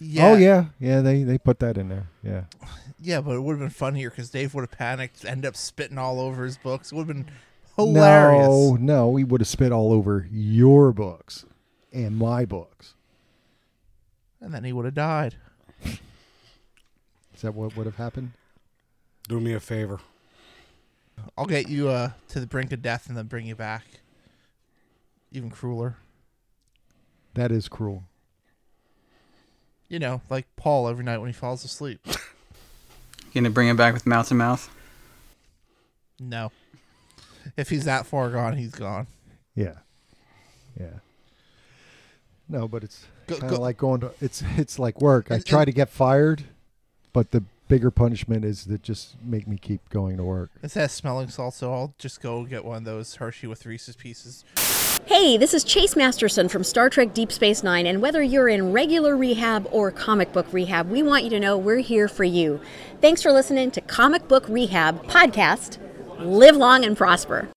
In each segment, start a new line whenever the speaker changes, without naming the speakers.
Yeah.
Oh yeah, yeah. They they put that in there. Yeah.
Yeah, but it would have been funnier because Dave would have panicked, end up spitting all over his books. It would have been hilarious.
No, no. We would have spit all over your books and my books.
And then he would have died.
Is that what would have happened?
Do me a favor.
I'll get you uh, to the brink of death and then bring you back. Even crueler.
That is cruel.
You know, like Paul every night when he falls asleep.
Gonna bring him back with mouth to mouth.
No. If he's that far gone, he's gone.
Yeah. Yeah. No, but it's
Go-
kind of
go-
like going to it's it's like work. I
And-
try
and-
to get fired, but the bigger punishment is that just make me keep going to work.
Instead of smelling salt, so I'll just go get one of those Hershey with Reese's pieces.
Hey, this is Chase Masterson from Star Trek Deep Space Nine, and whether you're in regular rehab or comic book rehab, we want you to know we're here for you. Thanks for listening to Comic Book Rehab Podcast. Live long and prosper.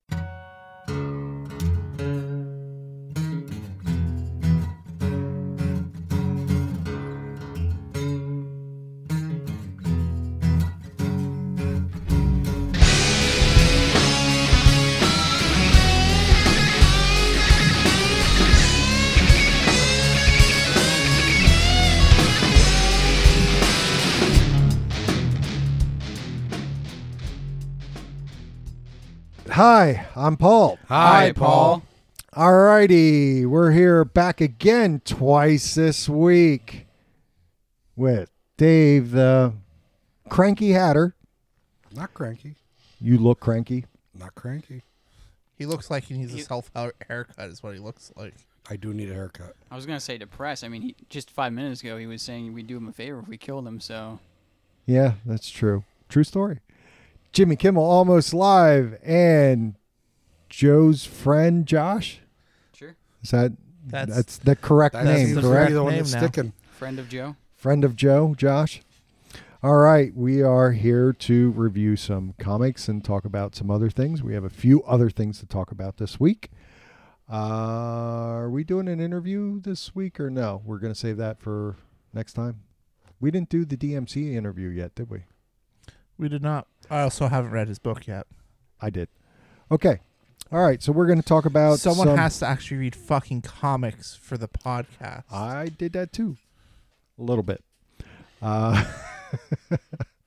Hi, I'm Paul.
Hi, Paul.
Alrighty, we're here back again twice this week with Dave the Cranky Hatter.
Not cranky.
You look cranky.
Not cranky.
He looks like he needs a self haircut, is what he looks like.
I do need a haircut.
I was gonna say depressed. I mean, he, just five minutes ago he was saying we'd do him a favor if we killed him. So
Yeah, that's true. True story. Jimmy Kimmel almost live and Joe's friend Josh.
sure,
Is that Mm, that's,
That's-
the correct
That
name,
seems
the
correct?
to be the one
name
that's
now.
sticking.
friend of Joe.
Friend of Joe, Josh. All right, we are here to review some comics and talk about some other things. We have a few other things to talk about this week. Uh, are we doing an interview this week or no? We're going to save that for next time. We didn't do the DMC interview yet, did we?
We did not. I also haven't read his book yet.
I did. Okay. All right, so we're going to talk about
Someone
some-
has to actually read fucking comics for the podcast.
I did that too, a little bit. Uh,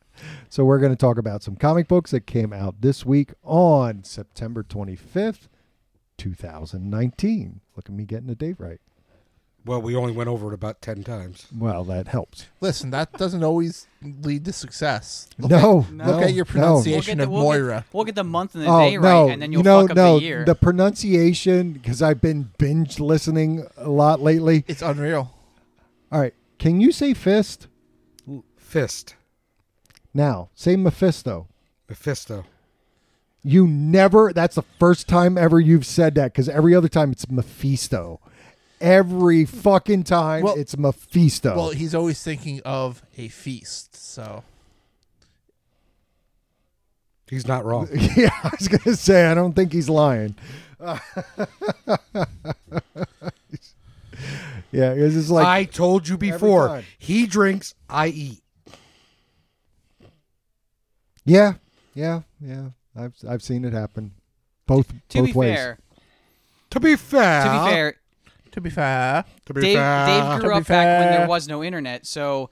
so we're going to talk about some comic books that came out this week on September 25th, 2019. Look at me getting the date right.
Well, we only went over it about ten times.
Well, that helps.
Listen, that doesn't always lead to success. Look
no,
at-
no,
look at your
no.
pronunciation. of
we'll
Moira.
Get, we'll get the month and the
Oh
day
no!
right, and then you'll
you know,
fuck up
no,
the year.
pronunciation because I've been binge listening a lot lately.
it's unreal.
All right, can you say fist
Fist.
now? Say Mephisto.
Mephisto.
You never. That's the first time ever you've said that because every other time it's Mephisto. Every fucking time
Well-
it's Mephisto.
Well, he's always thinking of a feast, so
He's not wrong.
yeah, I was gonna say I don't think he's lying. yeah, it's just like
I told you before.
time.
He drinks, I eat.
yeah, yeah, yeah. I've I've seen it happen both
to
both
be
ways.
fair,
To be fair.
to be fair,
to be fair,
To be
Dave,
fair.
Dave
To
grew
be
up back when
fair.
there was no internet, so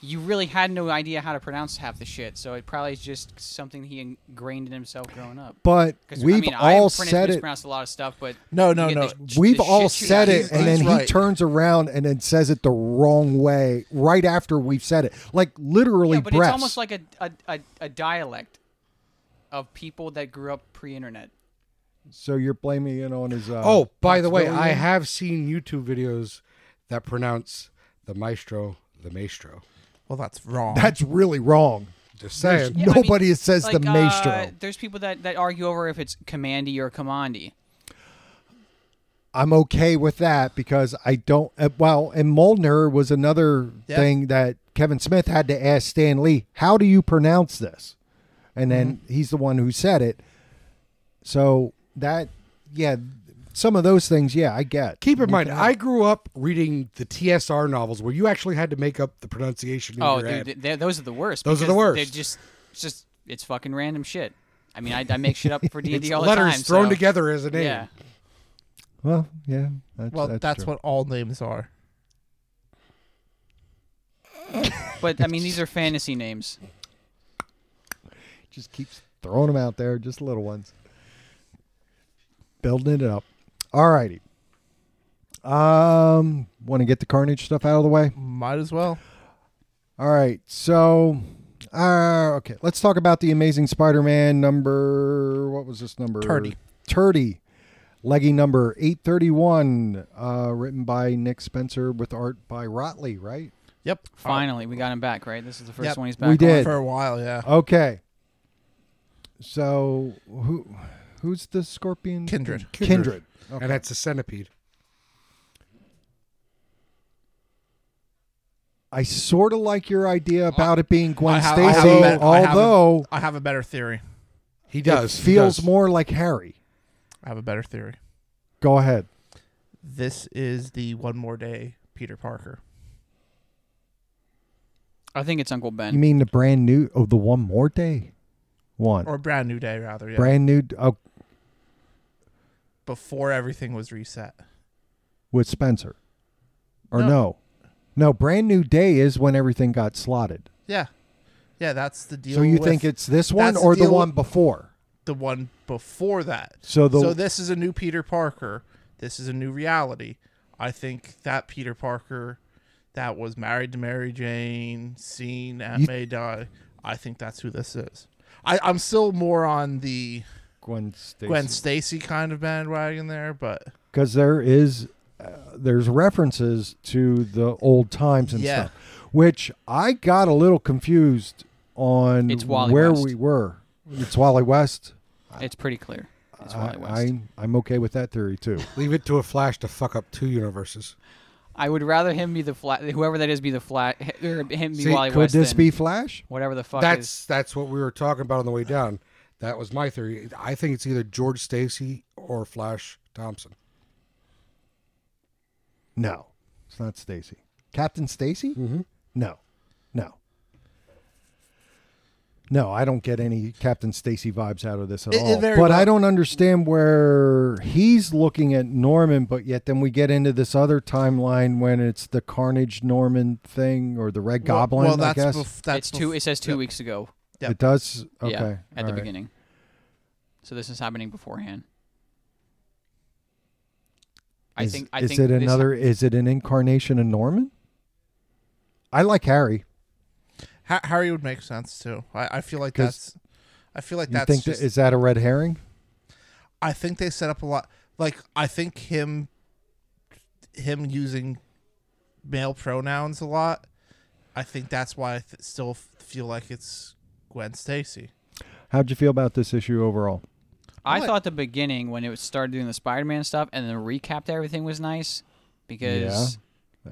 you really had no idea how to pronounce half the shit. So it probably is just something he ingrained in himself growing up.
But
'Cause, I
we've
mean, I
all
pronounced-
said it.
mispronounced a lot of stuff, but
No,
you
no,
get
no.
the sh-
We've
the
all
shit shoot
said
out
it,
of
and
you.
then he
right.
turns around and then says it the wrong way right after we've said it. Like literally,
yeah, but
breaths.
it's almost like a, a, a, a dialect of people that grew up pre-internet.
So you're blaming it on his. Uh,
Oh, by the way, I
Maximilian?
have seen YouTube videos that pronounce the maestro the maestro.
well, that's wrong.
That's really wrong.
Just saying.
Yeah, but I mean,
Nobody says the
like,
maestro.
uh, there's people that, that argue over if it's commandy or commandi.
I'm okay with that because I don't. Uh, well, and Molnar was another
Yeah.
thing that Kevin Smith had to ask Stan Lee, "How do you pronounce this?" Mm-hmm. And then he's the one who said it. So that, yeah, some of those things, yeah, I get.
Keep in mind, I grew up reading the TSR novels where you actually had to make up the pronunciation. In
Oh,
your
dude,
head.
th- th- those are the worst.
Those are the
because
worst.
They're just, it's just it's fucking random shit. I mean, I, I make shit up for D and D all the
letters
time.
thrown
so-
together as a name.
Yeah,
Well, yeah. That's,
Well, that's,
true.
what all names are.
but I mean, these are fantasy names.
just keeps throwing them out there, just little ones. Building it up. All righty. Um, want to get the carnage stuff out of the way?
Might as well.
All right. So, uh, okay, let's talk about the Amazing Spider-Man number. What was this number?
30.
30. Leggy number 831, uh, written by Nick Spencer with art by Rotley, right?
Yep.
Finally, we got him back. Right, this is the first
Yep,
one he's
we
back. on.
did.
For a while, yeah.
Uh, Okay. So, who who's the scorpion?
Kindred.
Kindred.
And that's a centipede.
I sort of like your idea about it being Gwen
I have- I have
Stacy,
a bet- I have a-
although
I have a better theory.
He
it
does. he
feels
does.
more like Harry.
I have a better theory.
Go ahead.
This is the one more day Peter Parker.
I think it's Uncle Ben.
You mean the brand new? Oh, the one more day, one
Or brand new day rather, yeah.
brand new. Oh,
Before everything was reset.
with Spencer, or
No.
no. no, brand new day is when everything got slotted.
Yeah. Yeah, that's the deal.
so you
with
think it's this one
that's
or
deal
the
with-
one before?
the one before that.
So the-
so this is a new Peter Parker. This is a new reality. I think that Peter Parker that was married to Mary Jane, seen at
You-
May die. I think that's who this is. I, I'm still more on the
Gwen Stacy.
Gwen Stacy kind of bandwagon there, but
because there is uh, there's references to the old times and
Yeah.
stuff, which I got a little confused on
It's Wally
where
West.
we were. It's Wally West.
It's pretty clear. It's
I,
Wally West. I,
I'm I'm okay with that theory too.
Leave it to a Flash to fuck up two universes.
would rather him be the flat, whoever that is, be the flat, or him be
See,
Wally
Could
West.
this
than
be Flash?
whatever the fuck?
that's
is.
that's what we were talking about on the way down. That was my theory. I think it's either George Stacy or Flash Thompson.
No, it's not Stacy. Captain Stacy? Mm-hmm. No, no, no. I don't get any Captain Stacy vibes out of this at
It- it
all.
very
but I
well-
don't understand where he's looking at Norman, but yet then we get into this other timeline when it's the Carnage Norman thing or the Red Goblin.
Well, that's
I guess
bef- that's
it's two.
bef-
It says two weeks ago.
yeah.
it does. Okay,
yeah, at the
all right.
beginning. So this is happening beforehand. I
Is-
think. I
is
think
it
this-
another? Is it an incarnation of Norman? I like Harry.
Ha- Harry would make sense too. I, I feel like
'Cause
that's. I feel like
You
that's.
think
just,
that, is that a red herring?
I think they set up a lot. Like I think him, him using male pronouns a lot. I think that's why I th- still f- feel like it's Gwen Stacy.
How'd you feel about this issue overall?
I
What?
thought the beginning when it was started doing the Spider-Man stuff and then recap to everything was nice because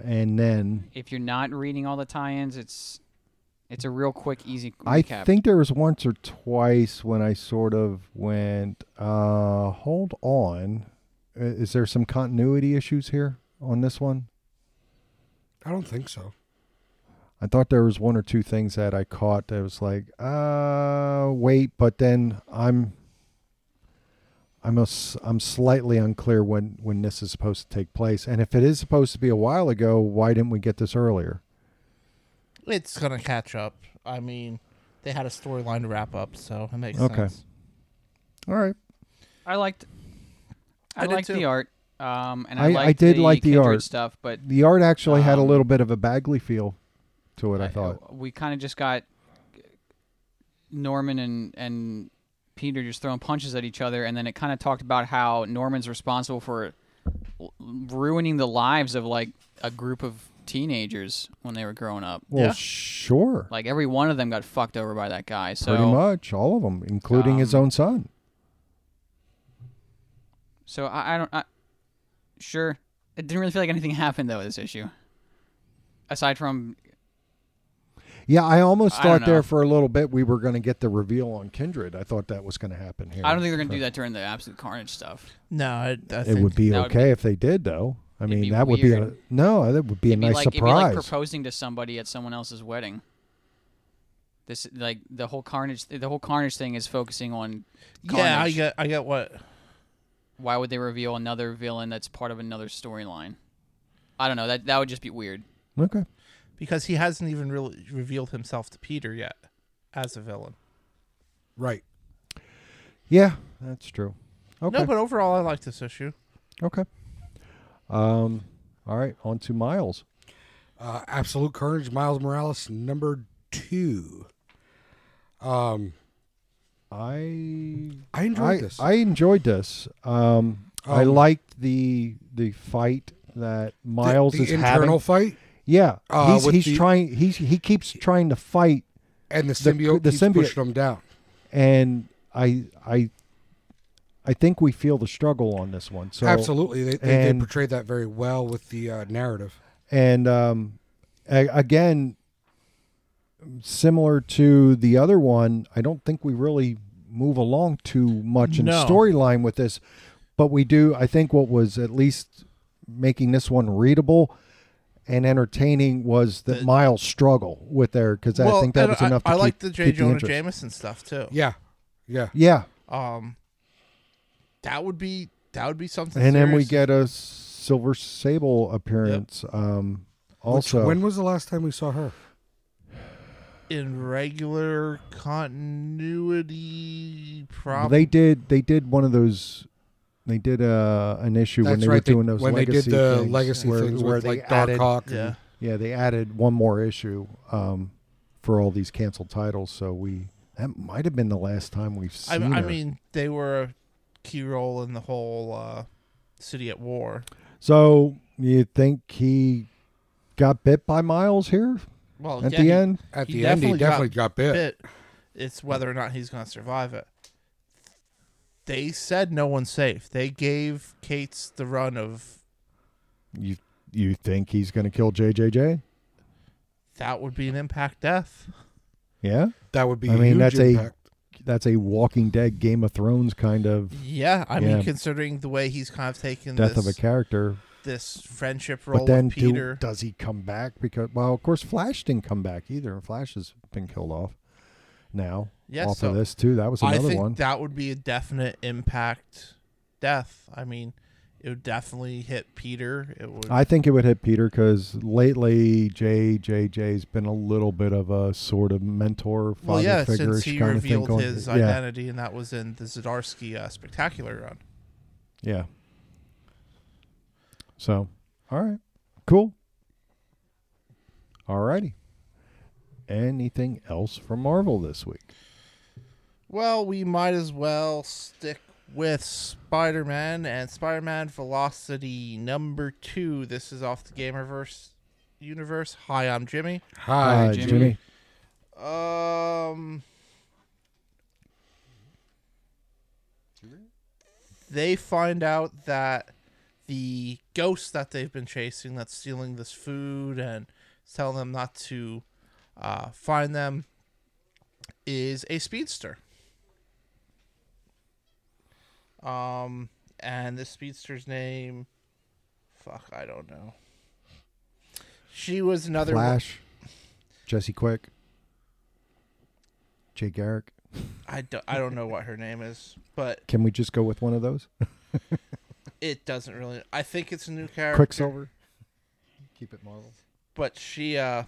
And then
if you're not reading all the tie-ins, it's it's a real quick, easy
I
recap.
think there was once or twice when I sort of went, uh, hold on. I- Is there some continuity issues here on this one?
I don't think so.
I thought there was one or two things that I caught that was like, uh, wait, but then I'm. I'm, a, s- I'm slightly unclear when, when this is supposed to take place. And if it is supposed to be a while ago, why didn't we get this earlier?
It's gonna catch up. I mean, they had a storyline to wrap up, so it makes
Okay.
sense.
All right.
I liked. I,
I did
liked the
too.
art, um, and
I-
I,
I
liked
did
the
like the
Kindred
art.
stuff, but
The art actually had a
Um,
little bit of a Bagley feel to it, I thought.
Uh, we kind of just got Norman and and Peter just throwing punches at each other, and then it kind of talked about how Norman's responsible for l- ruining the lives of like a group of teenagers when they were growing up.
Well,
Yeah.
sure.
Like every one of them got fucked over by that guy. So
Pretty much all of them, including his
Um,
own son.
so I, I don't. I, sure, it didn't really feel like anything happened though. This issue, aside from
Yeah, I almost
I don't
thought there
know.
for a little bit we were going to get the reveal on Kindred. I thought that was going to happen here.
I don't think they're gonna do that during the absolute carnage stuff.
No, I, I
It
think
would be
That would
okay if they did, though. I mean,
be
that would be a
weird.
no. That would be a
it'd
nice
be like, It'd be like
surprise.
proposing to somebody at someone else's wedding. This like the whole carnage. The whole carnage thing is focusing on.
Yeah, I
Carnage.
get I get what
Why would they reveal another villain that's part of another storyline? I don't know. That that would just be weird.
okay.
because he hasn't even really revealed himself to Peter yet as a villain.
Right.
Yeah, that's true. Okay.
No, but overall, I like this issue.
okay. Um. All right. On to Miles.
Uh, Absolute Carnage, Miles Morales, number two. Um,
I
I enjoyed
I,
this.
I enjoyed this. Um, I
Um,
liked the the fight that
The-
Miles
the
is having.
internal fight
Yeah,
uh,
he's
with
he's
the-
trying. He's he keeps trying to fight,
and the
The-
symbiote
the
keeps
symbiote.
pushing him down.
and I I I think we feel the struggle on this one. So
Absolutely, they, they, they
and-
portrayed that very well with the uh, narrative.
and um, a- again, similar to the other one, I don't think we really move along too much in
No.
storyline with this, but we do. I think what was at least making this one readable and entertaining was that Miles struggle with there because I think that
and
was
I,
enough. To
I
keep,
like the J.
keep
Jonah
interest.
Jameson stuff too.
Yeah, yeah.
Yeah,
Um, that would be that would be something.
and then we
serious.
get a Silver Sable appearance. Um,
Which-
also,
when was the last time we saw her?
in regular continuity. Probably
they did they did one of those they did uh, an issue when
That's
they were
right.
doing those
when they
legacy
did the
things
legacy
where,
things
where
with
they
like
added,
Dark Hawk. and-
yeah.
yeah they added one more issue um, for all these canceled titles so we that might have been the last time we've
I,
seen
I
her.
mean, they were a key role in the whole uh, city at war.
so you think he got bit by miles here
Well,
at
yeah,
the
he-
end
At
He
the end, he
definitely got
definitely got, bit.
bit. It's whether or not he's going to survive it. They said no one's safe. They gave Kate's the run of
you you think he's going to kill jjj
that would be an impact death.
yeah
That would be.
I
I
mean,
mean,
that's
that's
a-
impact.
that's a walking dead game of thrones kind of
Yeah, I
Yeah.
mean, considering the way he's kind of taken
death
this,
of a character
this friendship role
But then
with
do-
Peter.
does he come back? Because well, of course, Flash didn't come back either. Flash has been killed off now.
Yeah,
off
so
of this too. That was
I
another
think
one.
that would be a definite impact death. I mean, it would definitely hit Peter. It would.
I think it would hit Peter because lately JJJ's been a little bit of a sort of mentor, father
well, yeah,
figure
since he
kind of thing.
revealed
Going,
his
yeah,
identity, and that was in the Zdarsky uh, spectacular run.
yeah. So, all right, cool. All righty. Anything else from Marvel this week?
Well, we might as well stick with Spider Man and Spider Man Velocity number two. This is off the Gamerverse universe. Hi, I'm Jimmy.
Hi,
Uh,
Jimmy.
Um. They find out that the ghost that they've been chasing, that's stealing this food and telling them not to uh, find them, is a speedster. Um, and the speedster's name, fuck, I don't know. She was another one-
Flash, Jesse Quick, Jay Garrick.
I don't, I don't know what her name is, but
Can we just go with one of those?
it doesn't really. I think it's a new character,
Quicksilver. Keep it Marvel.
but she uh,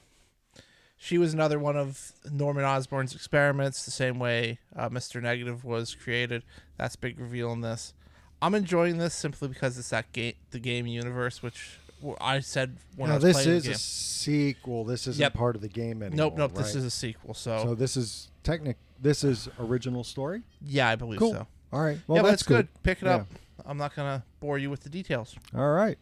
she was another one of Norman Osborn's experiments, the same way uh, Mister Negative was created. That's a big reveal in this. I'm enjoying this simply because it's that game, the game universe, which w- I said when I
Now
was
this
playing the
is a
game.
sequel. This isn't
Yep.
part of the game anymore.
nope, nope. This
right?
is a sequel, so,
so. This is technic. This is original story.
yeah, I believe
Cool.
so.
All right. Well,
yeah, but
that's
it's good. Pick it
Yeah.
up. I'm not gonna bore you with the details.
All right.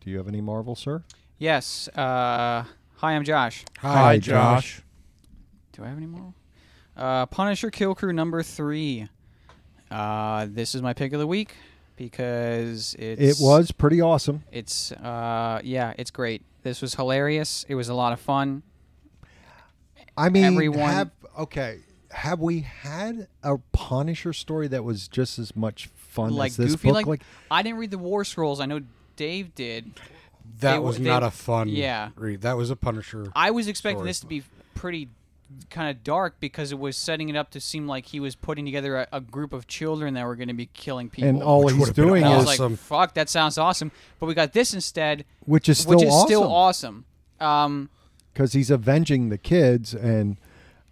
Do you have any Marvel, sir?
Yes. Uh, hi, I'm Josh.
Hi, Josh.
Do I have any more? Uh, Punisher Kill Crew number three. Uh, this is my pick of the week because it's
it was pretty awesome.
It's uh yeah, it's great. This was hilarious. It was a lot of fun.
I mean,
everyone-
Have, okay, have we had a Punisher story that was just as much fun
like
as this
goofy.
book?
Like, I didn't read the War Scrolls. I know Dave did.
That
They were-
was
they-
not a fun
yeah.
read. That was a Punisher.
I was expecting
Story.
this to be pretty kind of dark because it was setting it up to seem like he was putting together a, a group of children that were going to be killing people.
and all
Which
he's
would've been
doing
and I
is,
was
awesome.
like, "Fuck, that sounds awesome." But we got this instead,
which is
which
still
is still
awesome
awesome. Um,
because he's avenging the kids and.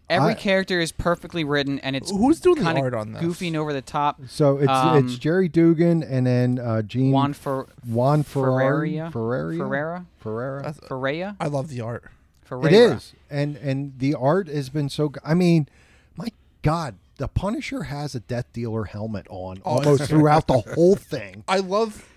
every
I-
character is perfectly written, and it's
Who's doing the
kinda
art on this?
Goofy and over the top.
So it's
Um,
it's Jerry Dugan and then uh, Gene
Juan Fer-
Juan Ferrari
Ferreria?
Ferrari
Ferrera?
Ferrera.
Ferreira.
I love the art.
Ferreira.
It is, and and the art has been so. go- I mean, my God, the Punisher has a Death Dealer helmet on
Oh,
almost throughout the whole thing.
I love,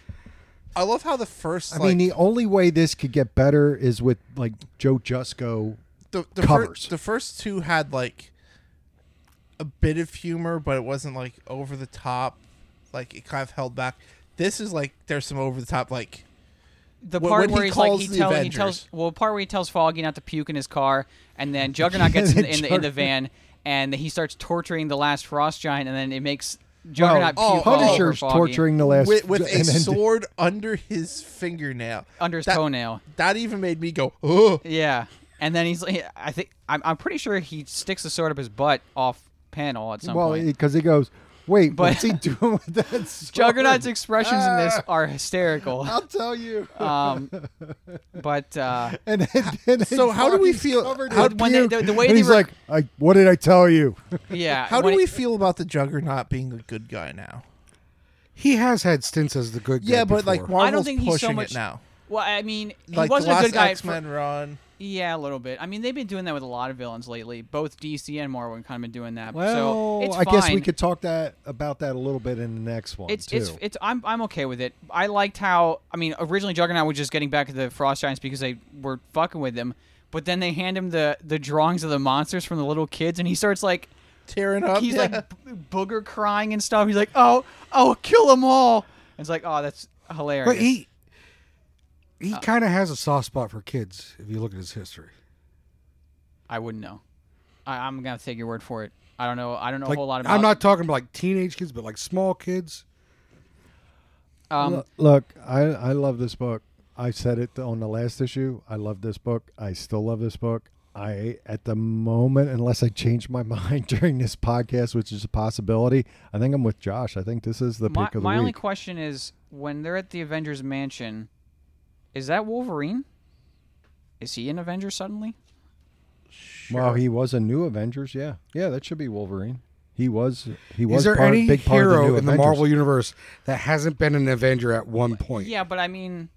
I love how the first.
I
like,
mean, the only way this could get better is with like Joe Jusco.
the, the fir-
covers.
the first two had like a bit of humor, but it wasn't like over the top. Like it kind of held back. This is like there's some over the top. Like
the
When-
part
when he
where he's like
calls
he,
the
tell, he
Avengers.
tells well part where he tells Foggy not to puke in his car, and then Juggernaut gets in, the, in, the, in the
Juggernaut.
van, and he starts torturing the last Frost Giant, and then it makes Juggernaut
Oh,
puke all over
Punisher's
Foggy
torturing the last
with, with a
and then-
sword under his fingernail,
under his
That-
toenail.
That even made me go, oh.
Yeah, and then he's like, I think I'm, I'm pretty sure he sticks the sword up his butt off panel at some
Well,
point.
because he goes, wait,
But-
what's he doing with that? sword?"
Juggernaut's expressions in this
Ah.
are hysterical.
I'll tell you.
Um, but uh,
and then, then
So how do we
he's
feel-
covered
how-
in
when they-
puke,
the- the way
and
they
he's
were-
like, I, "What did I tell you?"
yeah,
How
when
do
it-
we feel about the Juggernaut being a good guy now?
He has had stints as the good guy.
Yeah, but like
before.
Marvel's
I don't think
pushing
he's so much
it now.
Well, I mean,
Like
he wasn't
the last
a good guy. at fir-
X-Men run.
Yeah, a little bit. I mean, they've been doing that with a lot of villains lately. Both DC and Marvel have kind of been doing that.
Well,
so it's
I guess we
fine.
could talk that about that a little bit in the next one
It's
too.
it's it's. I'm I'm okay with it. I liked how. I mean, originally Juggernaut was just getting back at the Frost Giants because they were fucking with him, but then they hand him the the drawings of the monsters from the little kids, and he starts like
Tearing up.
he's
yeah.
like b- booger crying and stuff. He's like, oh oh, kill them all. And it's like, oh, that's hilarious.
But he he kind of has a soft spot for kids if you look at his history.
I wouldn't know. I, I'm gonna take your word for it. I don't know. I don't know
Like
a whole lot about.
I'm not talking about like teenage kids, but like small kids.
Um,
L- Look, I I love this book. I said it on the last issue. I love this book. I still love this book. I at the moment, unless I change my mind during this podcast, which is a possibility, I think I'm with Josh. I think this is the
my,
pick of the
my
week.
only question is when they're at the Avengers mansion, is that Wolverine? Is he an Avenger suddenly?
Well, he was a new Avengers. Yeah, yeah, that should be Wolverine. He was. He was
Is there
part,
any
big part
hero
of the new
in the
Avengers.
Marvel universe that hasn't been an Avenger at one point?
Yeah, but I mean,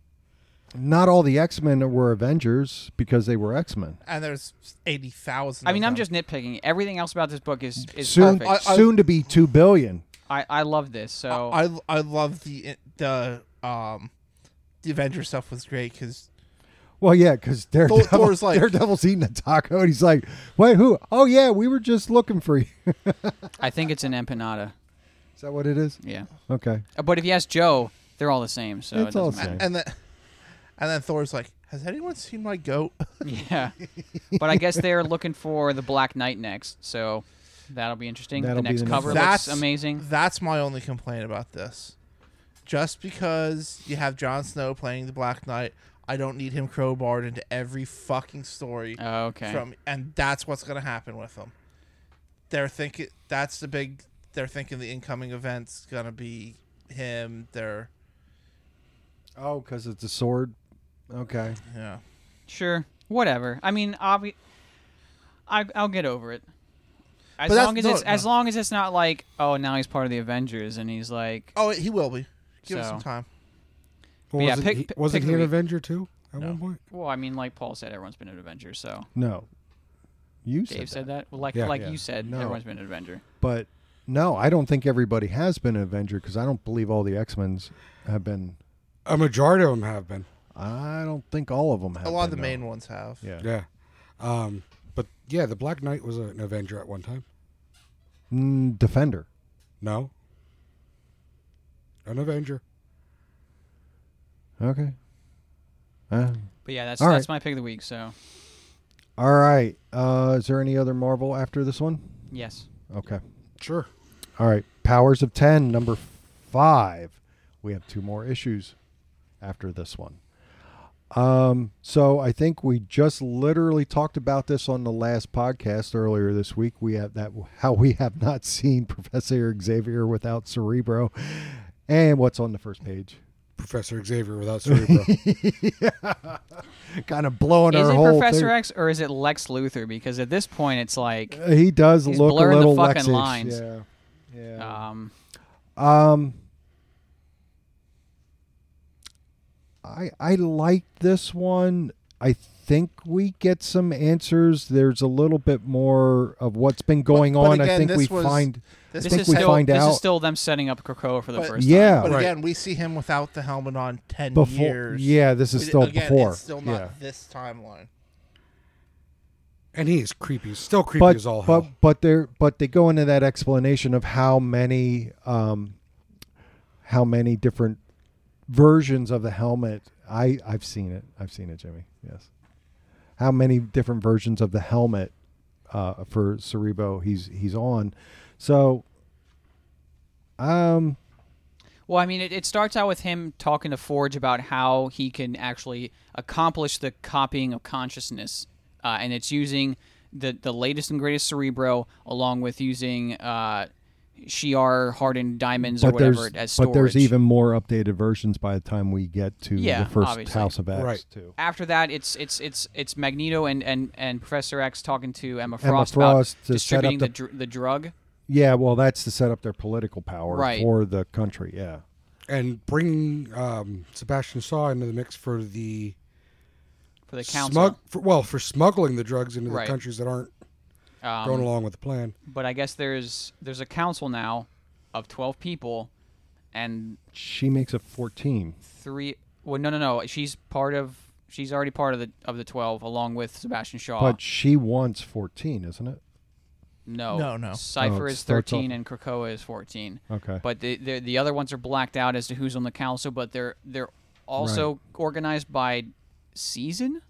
Not all the X Men were Avengers because they were X Men.
and there's eighty thousand.
I mean, I'm just nitpicking. Everything else about this book is is
Soon,
perfect.
I-
soon to be two billion.
I, I, love this. So
I I love the the um the Avenger stuff was great because
Well, yeah, because Daredevil,
Thor's like-
Daredevil's eating a taco, and he's like, "Wait, who? Oh yeah, we were just looking for you." is
I think it's an empanada.
that what it is?
Yeah,
Okay.
Uh, but if you ask Joe, they're all the same. So
It's
it
all
doesn't
the
matter.
same.
and then and then Thor's like, has anyone seen my goat?
Yeah, but I guess they're looking for the Black Knight next. So that'll be interesting.
That'll
the
be
next
the next
cover
one.
looks amazing.
That's my only complaint about this. Just because you have Jon Snow playing the Black Knight, I don't need him crowbarred into every fucking story.
Oh, Okay.
From and that's what's gonna happen with him. They're thinking that's the big. They're thinking the incoming event's gonna be him. They're
Oh, because it's a sword. Okay.
yeah.
Sure, whatever. I mean, obvi- I I'll get over it. As
But that's-
long as
no,
it's as
no.
long as it's not like, oh, now he's part of the Avengers and he's like,
Oh, he will be. Give it
So-
some time.
Well,
Yeah,
wasn't
pick-
he,
pick- pick
wasn't he
the
an
week.
Avenger too at
No.
one point?
well, I mean, like Paul said, everyone's been an Avenger. So
No. You said,
Dave
that.
said that, Well, like
Yeah.
like
Yeah.
you said,
No.
everyone's been an Avenger.
but no, I don't think everybody has been an Avenger because I don't believe all the X Men's have been.
A majority of them have been.
I don't think all of them have.
A lot of the
been, no.
main ones have.
Yeah.
Yeah. Um, but yeah, the Black Knight was an Avenger at one time.
Mm, Defender.
No. An Avenger.
Okay. Uh,
But yeah, that's
All
that's
Uh, right.
my pick of the week. So
All right. Uh, is there any other Marvel after this one?
Yes.
Okay.
Sure.
All right. Powers of 10, number five. We have two more issues after this one. Um, so I think we just literally talked about this on the last podcast earlier this week. We have that how we have not seen Professor Xavier without Cerebro, and what's on the first page.
Professor Xavier without cerebro.
Kind of blowing
Is
our
it
whole
Professor
thing.
X or is it Lex Luthor? Because at this point, it's like,
Uh, he does
He's
look a
blurring the
little
fucking
Lexish.
lines.
Yeah. Yeah.
um,
Um, I I like this one. I think we get some answers. There's a little bit more of what's been going
but
on. I
again,
think we
this was-
find.
This
this
think
is
we
still
find
this
out-
is still them setting up Krakoa for the
But-
first
Yeah.
time.
But
Right.
again, we see him without the helmet on ten
Before,
years.
yeah, this is
But
still
again,
before.
It's still not
yeah.
this timeline.
and he is creepy. Still creepy
but
as all
but
hell.
but they but they go into that explanation of how many um, how many different versions of the helmet. I I've seen it. I've seen it, Jimmy. Yes. How many different versions of the helmet uh, for Cerebo he's he's on? So, um,
Well, I mean, it, it starts out with him talking to Forge about how he can actually accomplish the copying of consciousness, uh, and it's using the the latest and greatest Cerebro, along with using uh, Shi'ar hardened diamonds or
but
whatever
there's
as storage.
but there's even more updated versions by the time we get to
Yeah,
the first
obviously.
House of X
Right.
too.
after that, it's it's it's it's Magneto and and and Professor X talking to Emma
Frost
Frost,
to
about
set up
distributing
the-
the dr- the drug.
Yeah, well, that's to set up their political power
Right.
for the country. Yeah.
And bringing um, Sebastian Saw into the mix for the
for the
smug
council.
for, well for smuggling the drugs into
Right.
the countries that aren't
Um,
going along with the plan.
but I guess there's there's a council now of twelve people, and
She makes a 14.
three. Well, no, no, no. She's part of. She's already part of the of the twelve, along with Sebastian Shaw.
But she wants 14, isn't it?
no,
No, no.
Cipher
Oh, it
is
starts
thirteen
off-
and Krakoa is fourteen.
Okay.
But the, the the other ones are blacked out as to who's on the council. But they're they're also organized by season.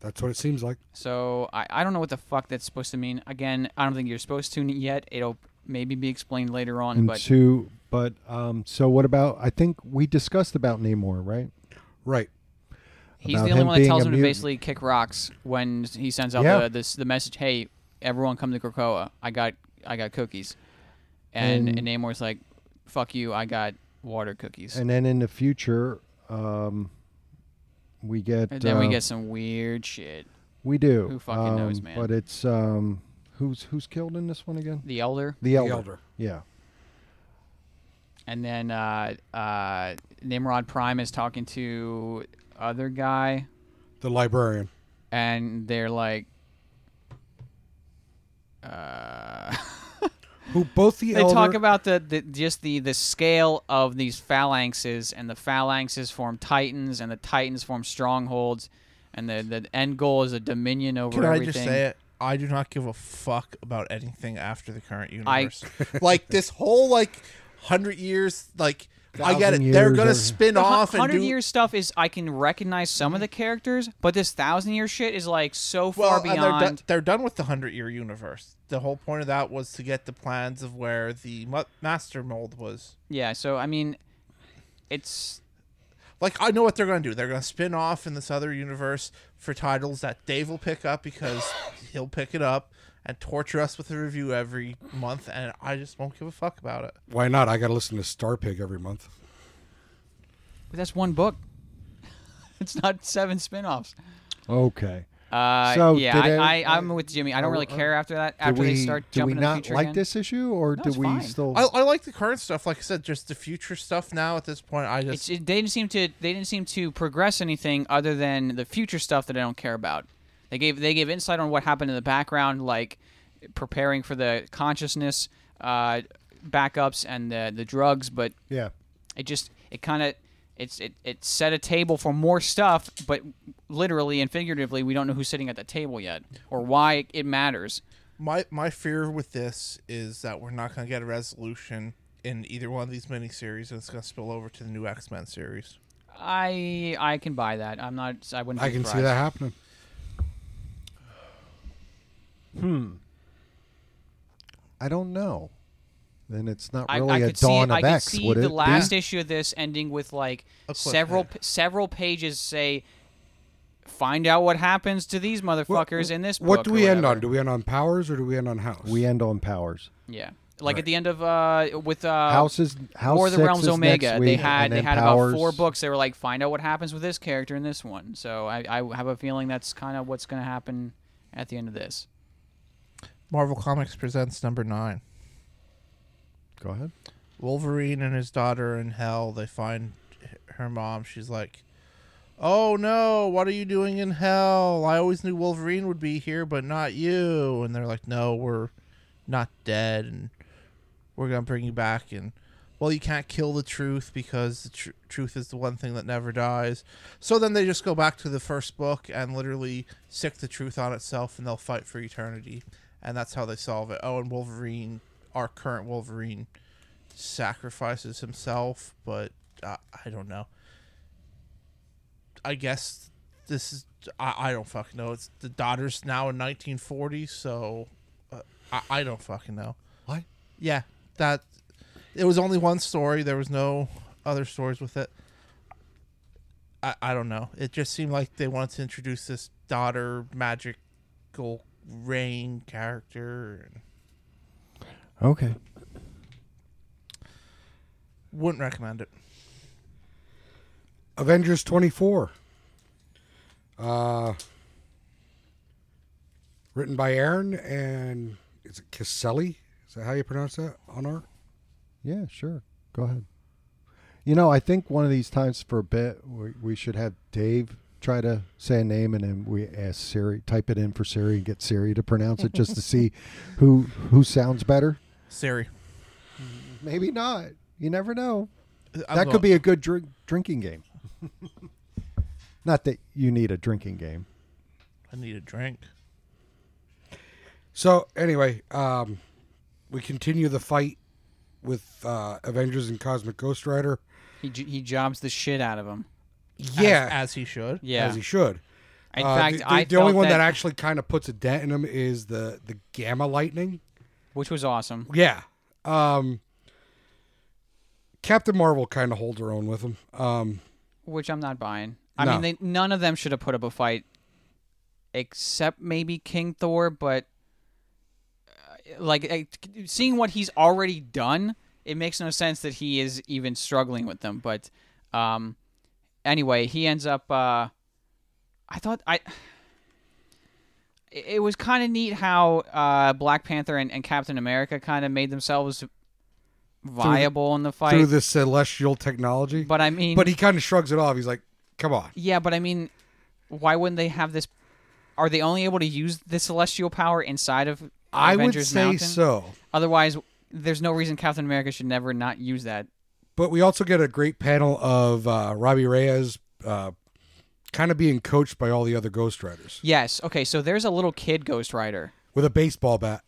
That's what it seems like.
So I, I don't know what the fuck that's supposed to mean. Again, I don't think you're supposed to yet. It'll maybe be explained later on.
and
but
two, but um, so what about? I think we discussed about Namor, right?
Right.
He's
about
the only
him
one that
being
tells
a
him to
mutant.
basically kick rocks when he sends out
Yeah.
the this, the message, "Hey, everyone, come to Krakoa. I got I got cookies," and, and, Namor's like, "Fuck you, I got water cookies." And,
And then in the future, um, we get.
then we
uh,
get some weird shit.
We do.
who fucking knows,
um,
man?
But it's um, who's who's killed in this one again?
The Elder,
The elder.
Elder.
Yeah.
and then uh, uh, Nimrod Prime is talking to other guy,
The librarian.
and they're like, uh,
Who both the
they
elder
talk about the, the just the the scale of these phalanxes and the phalanxes form titans and the titans form strongholds and the the end goal is a dominion over
Can I
everything
just say it? I do not give a fuck about anything after the current universe. like this whole like hundred years, like I get it.
Thousand
They're
years
gonna
or-
spin
The hun-
off and
hundred
do Mm-hmm.
year stuff is I can recognize some of the characters, but this thousand year shit is like so
well,
far
and they're, done,
beyond.
they're done with the hundred year universe. The whole point of that was to get the plans of where the mu- master mold was.
yeah, so I mean, it's
Like I know what they're gonna do. They're gonna spin off in this other universe for titles that Dave will pick up because he'll pick it up and torture us with a review every month, and I just won't give a fuck about it.
Why not? I gotta listen to Star Pig every month.
but that's one book. it's not seven spin-offs.
Okay.
Uh,
So,
yeah,
did
I,
it- Oh,
I, I'm with Jimmy. I don't really care after that.
Do
After
we
they start
do we
jumping in the
not
future
like
again.
this issue, or do
it's
we
fine. Oh,
still?
I, I like the current stuff. Like I said, just the future stuff now at this point. I
it's,
just
it, they didn't seem to they didn't seem to progress anything other than the future stuff that I don't care about. They gave they gave insight on what happened in the background, like preparing for the consciousness uh, backups and the the drugs, but
yeah.
it just it kind of it's it, it set a table for more stuff, but literally and figuratively, we don't know who's sitting at the table yet or why it matters.
my my fear with this is that we're not going to get a resolution in either one of these miniseries, and it's going to spill over to the new X Men series.
I I can buy that. I'm not. I wouldn't. Be
I can see
surprised.
that happening.
I don't know. Then it's not
I,
really
I
a
could see,
Dawn
I
of
could
X,
see
would
the
it? be?
last issue of this ending with like
A
several
cliffhanger.
p- several pages say, find out what happens to these motherfuckers in this.
What
book
do
or
we end on?
whatever."
Do we end on Powers or do we end on House?
We end on Powers.
Yeah, like at the end of uh with uh
Houses. House
War of the
Six
Realms
is
Omega.
next
they
week,
had
and
they
then
had
Powers.
about four books. They were like, find out what happens with this character in this one. So I, I have a feeling that's kind of what's going to happen at the end of this.
Marvel Comics presents number nine.
Go ahead.
Wolverine and his daughter in hell. They find h- her mom. She's like, "Oh no, what are you doing in hell? I always knew Wolverine would be here, but not you." And they're like, "No, we're not dead, and we're gonna bring you back." And well, you can't kill the truth because the tr- truth is the one thing that never dies. So then they just go back to the first book and literally sick the truth on itself, and they'll fight for eternity. And that's how they solve it. Oh, and Wolverine, our current Wolverine, sacrifices himself, but uh, I don't know. I guess this is I, I don't fucking know. It's the daughter's now in 1940, so uh, I, I don't fucking know.
What?
Yeah, that it was only one story. There was no other stories with it. I I don't know. It just seemed like they wanted to introduce this daughter magical rain character. And
Okay.
wouldn't recommend it.
Avengers 24. Uh, written by Aaron and is it Caselli? Is that how you pronounce that on art?
Yeah, sure. Go ahead. You know, I think one of these times for a bit, we, we should have Dave try to say a name, and then we ask Siri, type it in for Siri, and get Siri to pronounce it just to see who who sounds better.
Siri.
Maybe not. You never know.
Uh,
I'm
that
go-
could be a good drink, drinking game. not that you need a drinking game.
I need a drink.
So anyway, um, we continue the fight with uh, Avengers and Cosmic Ghost Rider.
He j- he jobs the shit out of him.
as,
Yeah,
as he should.
Yeah.
as he should.
In
Uh,
fact,
the, the-
I
the only
felt
one that, actually kind of puts a dent in him is the the gamma lightning.
which was awesome.
Yeah. Um, Captain Marvel kind of holds her own with him. Um,
Which I'm not buying. I
No.
mean, they, none of them should have put up a fight, except maybe King Thor. But uh, like I, seeing what he's already done, it makes no sense that he is even struggling with them. But um, anyway, he ends up. Uh, I thought I. It it was kind of neat how uh, Black Panther and, and Captain America kind of made themselves viable in the fight.
through the celestial technology.
but I mean,
but he kind of shrugs it off. He's like, "Come on."
Yeah, but I mean, why wouldn't they have this? Are they only able to use the celestial power inside of
I
Avengers
would say
Mountain?
so.
Otherwise, there's no reason Captain America should never not use that.
But we also get a great panel of uh, Robbie Reyes uh, kind of being coached by all the other Ghost Riders
Yes. Okay. So there's a little kid Ghost Rider.
with a baseball bat.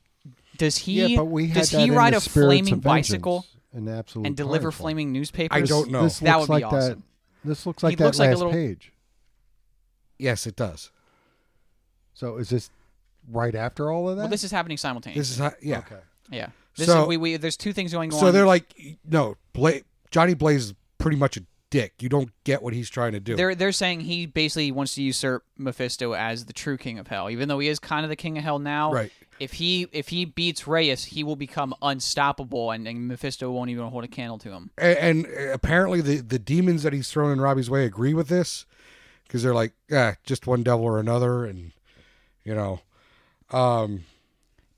Does he?
yeah, but we had
does
that
he
in
ride
the
a
Spirits
flaming
of Vengeance,
bicycle
an absolute
and deliver
pirate film.
flaming newspapers?
I don't know.
This
That
looks
would be
like that.
awesome.
This looks like
He
that
looks
last
like a little-
page.
Yes, it does.
So is this right after all of that?
Well, this is happening simultaneously.
This is how, yeah.
okay.
yeah. This
So-
is, we, we there's two things going on.
So they're like, no, Bla- Johnny Blaze is pretty much a dick. You don't get what he's trying to do.
They're they're saying he basically wants to usurp Mephisto as the true king of hell, even though he is kind of the king of hell now.
Right.
If he if he beats Reyes, he will become unstoppable, and, and Mephisto won't even hold a candle to him.
A- and, uh, apparently the the demons that he's thrown in Robbie's way agree with this because they're like, ah, just one devil or another, and you know, um,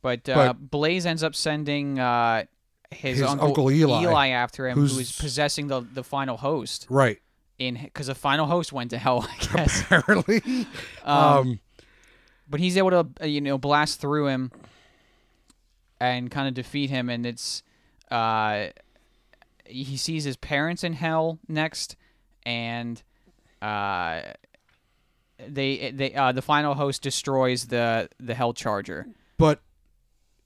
But, uh, Blaze ends up sending uh, his,
His uncle Eli,
after him,
who's-
who is possessing the the final host
right?
in because the final host went to hell, I guess.
Apparently, um,
but he's able to uh, you know blast through him and kind of defeat him and it's uh he sees his parents in hell next and uh they they uh the final host destroys the the hell charger
But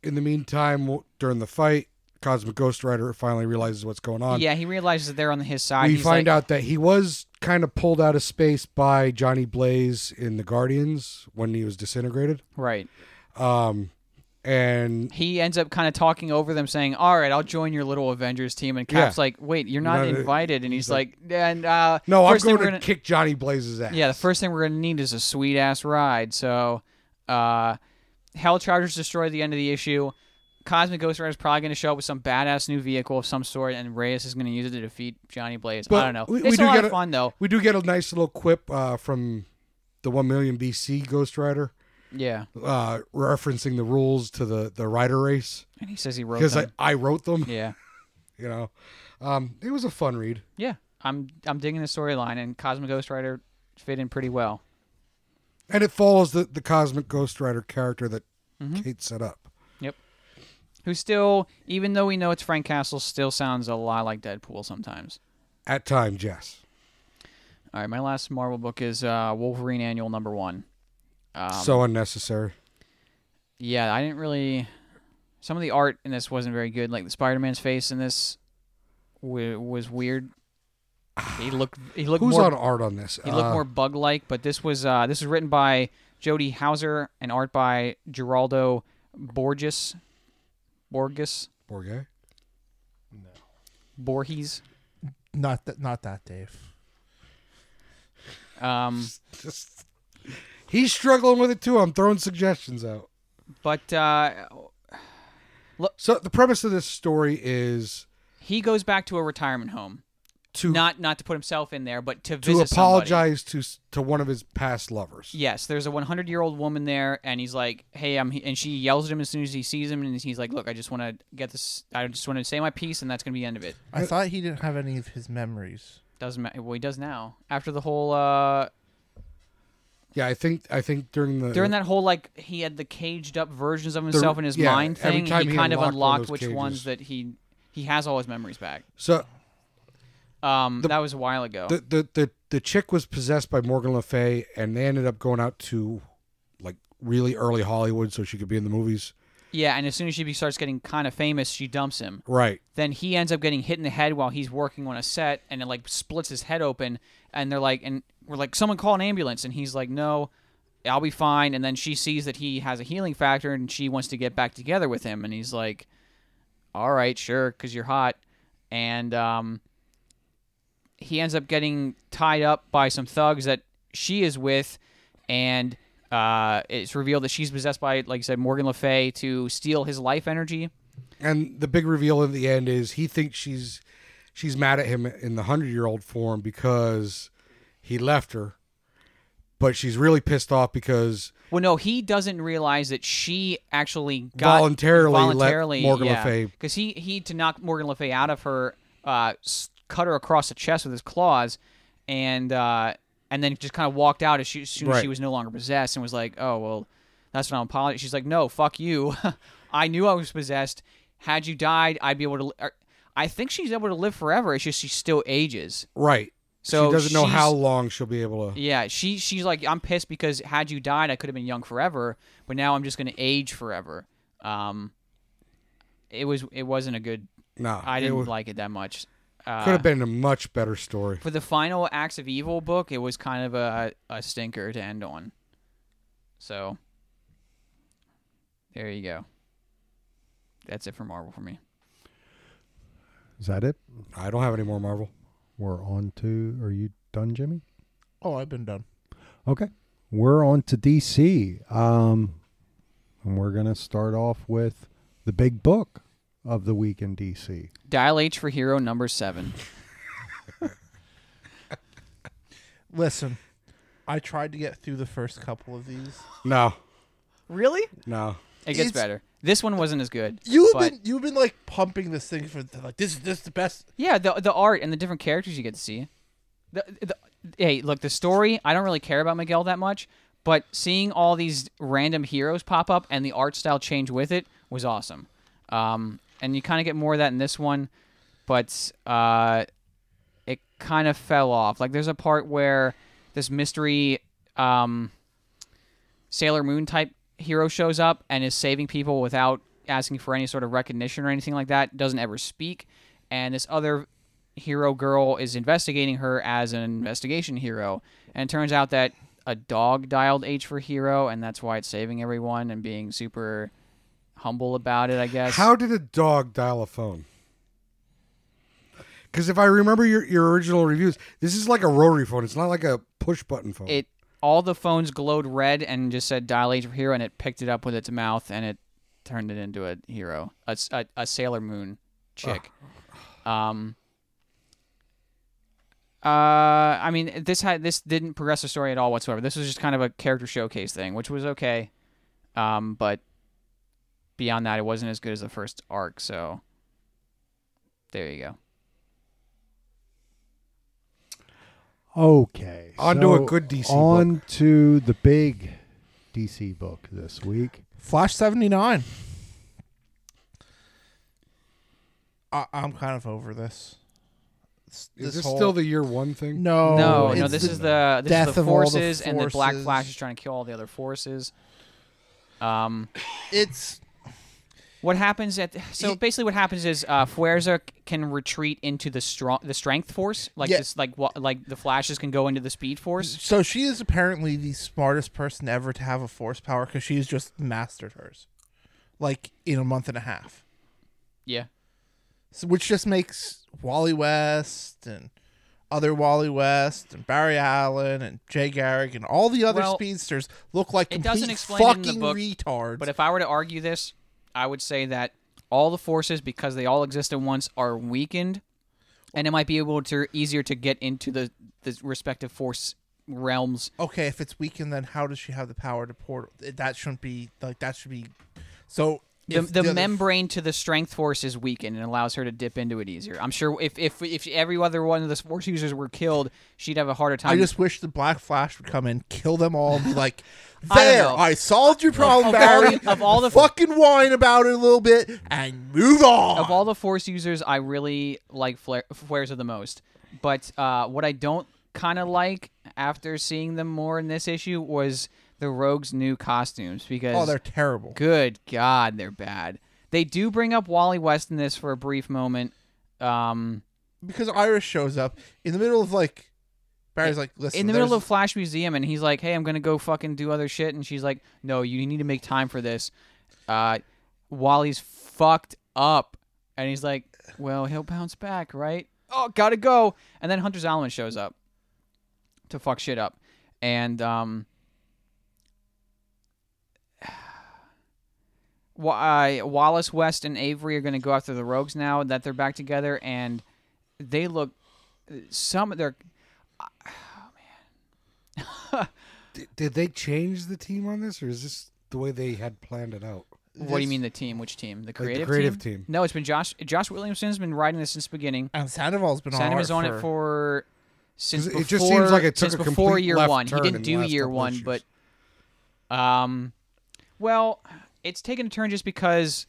in the meantime, w- during the fight, Cosmic Ghost Rider finally realizes what's going on.
yeah he realizes that they're on his side
we
He's
find
like-
out that he was kind of pulled out of space by Johnny Blaze in the Guardians when he was disintegrated.
right
Um, and
He ends up kind of talking over them, saying, "All right, I'll join your little Avengers team." And Cap's
Yeah.
like, "Wait, you're not
Not-
invited." And he's like, "And uh,
no, I'm
first thing
going
we're
to kick Johnny Blaze's ass.
Yeah, the first thing we're gonna need is a sweet ass ride. So, uh, Hell Chargers destroy the end of the issue. Cosmic Ghost Rider is probably gonna show up with some badass new vehicle of some sort, and Reyes is gonna use it to defeat Johnny Blaze.
But
I don't know.
we- we
it's
do
a lot
get
of
a-
fun though.
we do get a nice little quip uh, from the one million BC Ghost Rider,
Yeah,
uh, referencing the rules to the the rider race
and he says he wrote
because
them.
I, I wrote them.
yeah,
You know, um, it was a fun read.
yeah. I'm I'm digging the storyline, and Cosmic Ghost Rider fit in pretty well.
And it follows the, the cosmic Ghost Rider character that
Mm-hmm.
Kate set up.
Who still, even though we know it's Frank Castle, still sounds a lot like Deadpool sometimes.
At times, yes.
All right, my last Marvel book is uh, Wolverine Annual Number One. Um,
so unnecessary.
yeah, I didn't really. Some of the art in this wasn't very good. Like the Spider Man's face in this w- was weird. He looked he looked
Who's
more
on art on this?
he looked
Uh,
more bug like. But this was uh, this was written by Jody Hauser and art by Geraldo Borges, Borges
Borgay.
Borges.
Not that. Not that, Dave.
Um,
Just- he's struggling with it too. I'm throwing suggestions out.
but uh,
So the premise of this story is
he goes back to a retirement home.
to
Not not to put himself in there, but to
to
visit somebody.
apologize to s- to one of his past lovers.
Yes, there's a 100 year old woman there, and he's like, "Hey, I'm," he-" and she yells at him as soon as he sees him, and he's like, "Look, I just want to get this. I just want to say my piece, and that's gonna be the end of it."
I thought he didn't have any of his memories.
Doesn't matter. Well, he does now. After the whole, uh
Yeah, I think I think during the
during that whole like he had the caged up versions of himself in his
yeah,
mind
every
thing. He
time
kind
he
of
unlocked one of
unlocked
those
which
cages.
ones that he he has all his memories back.
so
Um, that was a while ago.
the, the the the chick was possessed by Morgan Le Fay, and they ended up going out to like really early Hollywood so she could be in the movies.
yeah, and as soon as she be- starts getting kind of famous, she dumps him.
Right.
then he ends up getting hit in the head while he's working on a set and it like splits his head open and they're like and we're like someone call an ambulance and he's like no i'll be fine and then she sees that he has a healing factor and she wants to get back together with him and he's like all right sure because you're hot and um, he ends up getting tied up by some thugs that she is with and uh, it's revealed that she's possessed by like i said morgan le fay to steal his life energy
And the big reveal at the end is he thinks she's she's mad at him in the hundred year old form because he left her, but she's really pissed off because
Well, no, he doesn't realize that she actually got
Voluntarily let
voluntarily
Morgan Le Fay-
because he he to knock Morgan Le Fay out of her, uh, s- cut her across the chest with his claws, and uh, and then just kind of walked out as, she, as soon as she
Right.
was no longer possessed and was like, oh well, that's not an apology. She's like, no, fuck you, I knew I was possessed. Had you died, I'd be able to. Li- er, I think she's able to live forever. It's just she still ages.
right.
So
she doesn't know
she's-
how long she'll be able to.
Yeah, she she's like, I'm pissed because had you died, I could have been young forever, but now I'm just gonna age forever. Um, it was it wasn't a good.
No,
I didn't like it that much. Uh,
Could have been a much better story.
for the final acts of evil book. It was kind of a a stinker to end on. So there you go. That's it for Marvel for me.
Is that it?
I don't have any more Marvel.
We're on to. Are you done, Jimmy?
Oh, I've been done.
Okay. We're on to DC. Um, and we're going to start off with the big book of the week in DC.
Dial H for Hero number seven.
Listen, I tried to get through the first couple of these.
No,
Really?
no.
It gets
It's-
better. This one wasn't as good.
You've
but-
been you've been like pumping this thing for like this is this is the best.
Yeah, the the art and the different characters you get to see. The, the, hey, look, the story. I don't really care about Miguel that much, but seeing all these random heroes pop up and the art style change with it was awesome. Um, and you kind of get more of that in this one, but uh, it kind of fell off. Like there's a part where this mystery um, Sailor Moon type hero shows up and is saving people without asking for any sort of recognition or anything like that. Doesn't ever speak, and this other hero girl is investigating her as an investigation hero. And it turns out that a dog dialed H for hero, and that's why it's saving everyone and being super humble about it, I guess.
How did a dog dial a phone? Because if I remember your, your original reviews, this is like a rotary phone. It's not like a push button phone.
it all the phones glowed red and just said dial H for hero and it picked it up with its mouth and it turned it into a hero a, s- a- a sailor moon chick um uh i mean this had this didn't progress the story at all whatsoever this was just kind of a character showcase thing which was okay um but beyond that it wasn't as good as the first arc so there you go
Okay.
Onto
so
a good DC book.
On to the big DC book this week.
Flash 79. I, I'm kind of over this. This,
is this
whole-
still the year one thing?
No.
no no
Oh, it's
this is the this
death
is the
of all the
forces, and the black
forces.
flash is trying to kill all the other forces um
It's
What happens at so
He-
basically what happens is uh, Fuerza c- can retreat into the strong the strength force like
Yeah.
this like wa- like the flashes can go into the speed force.
so she is apparently the smartest person ever to have a force power because she's just mastered hers, like in a month and a half,
Yeah,
so, which just makes Wally West and other Wally West and Barry Allen and Jay Garrick and all the other
Well,
speedsters look like
it
complete
doesn't explain it in
fucking
the book,
retards.
but if I were to argue this, I would say that all the forces because they all exist at once are weakened, and it might be able to easier to get into the the respective force realms.
okay, if it's weakened, then how does she have the power to portal? That shouldn't be like that should be. So
The,
if
the,
other-
membrane to the strength force is weakened and allows her to dip into it easier. I'm sure if if if every other one of the force users were killed, she'd have a harder time.
I just wish the Black Flash would come in, kill them all, and be like,
I don't
"There,
know.
I, solved your problem,
of all
Barry."
the- of all the-
fucking whine about it a little bit and move on.
of all the force users, I really like Flair, Fuerza the most. But uh, what I don't kind of like after seeing them more in this issue was the Rogue's new costumes because
oh, they're terrible.
good God, they're bad. They do bring up Wally West in this for a brief moment. Um,
Because Iris shows up in the middle of like, Barry's like, "Listen,
in the middle
there's-
of Flash Museum, and he's like, "Hey, I'm gonna go fucking do other shit," and she's like, "No, you need to make time for this." Uh, Wally's fucked up, and he's like, "Well, he'll bounce back, right?" Oh, gotta go. And then Hunter Zalman shows up to fuck shit up, and um, Wa- uh, Wallace West and Avery are gonna go after the Rogues now that they're back together, and they look some of their
D- did they change the team on this, or is this the way they had planned it out?
What do you
This-
mean the team? Which team? The
the
creative,
creative
team?
team.
No, it's been Josh. Josh Williamson's been writing this since the beginning.
and Sandoval's been
Sandham
on,
is on
for-
it for since
'Cause
before.
it just seems like it took
since
a
before
complete
year
left
one. He
turn
didn't
in the
do
last
year
couple
one,
issues.
but um, well, it's taken a turn just because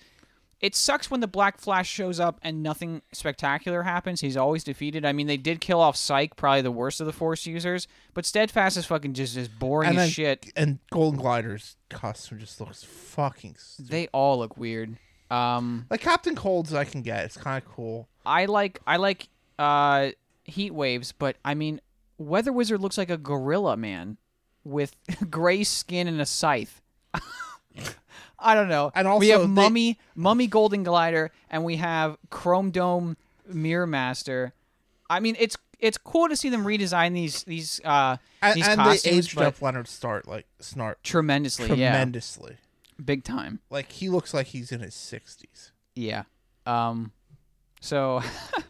it sucks when the Black Flash shows up and nothing spectacular happens. He's always defeated. I mean, they did kill off Psyche, probably the worst of the Force users, but Steadfast is fucking just as boring
and
as
then-
shit.
And Golden Glider's costume just looks fucking. s-
They all look weird. Um.
Like Captain Cold's, I can get. It's kind of cool.
I like I like uh heat waves, but I mean Weather Wizard looks like a gorilla man with gray skin and a scythe. I don't know.
And
we
also
have
they-
Mummy Mummy Golden Glider and we have Chrome Dome Mirror Master. I mean it's it's cool to see them redesign these these uh
And,
these
and they
costumes
aged
but
up Leonard Start like Snart
tremendously,
tremendously.
yeah. Big time.
Like he looks like he's in his sixties.
Yeah. Um so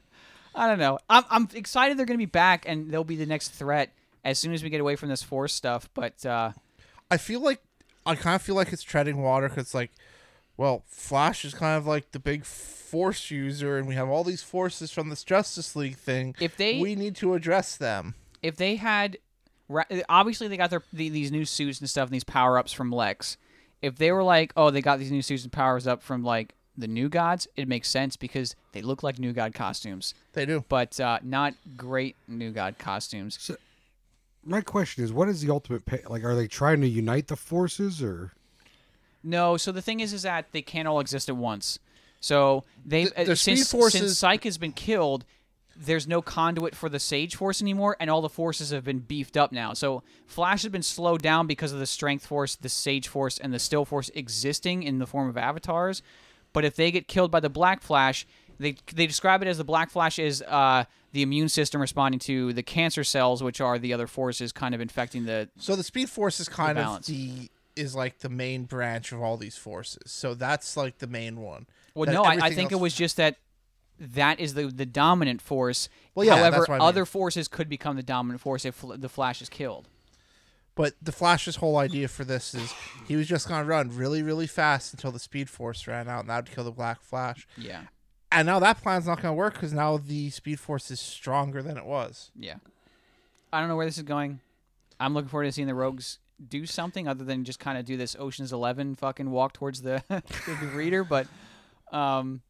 I don't know. I'm I'm excited they're going to be back and they'll be the next threat as soon as we get away from this force stuff, but uh
I feel like I kind of feel like it's treading water because like, well, Flash is kind of like the big force user, and we have all these forces from this Justice League thing.
If they-
we need to address them.
if they had ra- obviously they got their the, these new suits and stuff and these power-ups from Lex. If they were like, "Oh, they got these new suits and powers up from like the new gods," it makes sense because they look like new god costumes,
They do.
but uh not great new god costumes.
My question is, what is the ultimate pay? Like, are they trying to unite the forces, or
No, so the thing is, is that they can't all exist at once. So they
The- the
uh,
Speed
since
Force
since
is-
Psyche has been killed, there's no conduit for the Sage Force anymore, and all the forces have been beefed up now. So Flash has been slowed down because of the Strength Force, the Sage Force, and the Still Force existing in the form of avatars. But if they get killed by the Black Flash, they they describe it as the Black Flash is uh, the immune system responding to the cancer cells, which are the other forces kind of infecting the.
So the Speed Force is kind of
balance.
the is like the main branch of all these forces. So that's like the main one.
Well,
That
no, I, I
everything
think it
else-
was just that. That is the the dominant force.
Well, yeah,
However,
that's what I mean.
other forces could become the dominant force if fl- the Flash is killed.
But the Flash's whole idea for this is he was just gonna run really, really fast until the Speed Force ran out, and that would kill the Black Flash.
Yeah,
And now that plan's not gonna work because now the Speed Force is stronger than it was.
yeah. I don't know where this is going. I'm looking forward to seeing the Rogues do something other than just kind of do this Ocean's Eleven fucking walk towards the, to the reader, but um,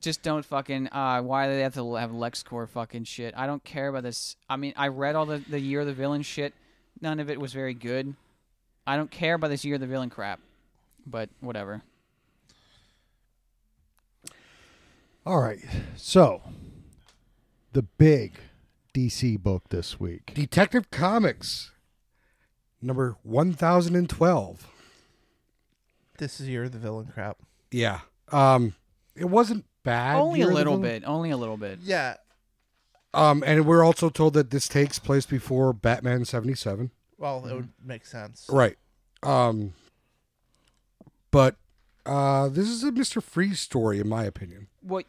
just don't fucking. Uh, why do they have to have LexCorp fucking shit? I don't care about this. I mean, I read all the the Year of the Villain shit. None of it was very good. I don't care about this Year of the Villain crap, but whatever.
All right. So, the big DC book this week.
Detective Comics, number 1012.
This is your the villain crap.
Yeah. Um, it wasn't bad.
Only a
Year of the
little
Villain.
bit. Only a little bit.
Yeah.
Um, and we're also told that this takes place before Batman 77.
Well, it would make sense.
Right. Um, but uh, this is a Mr. Freeze story, in my opinion.
Well,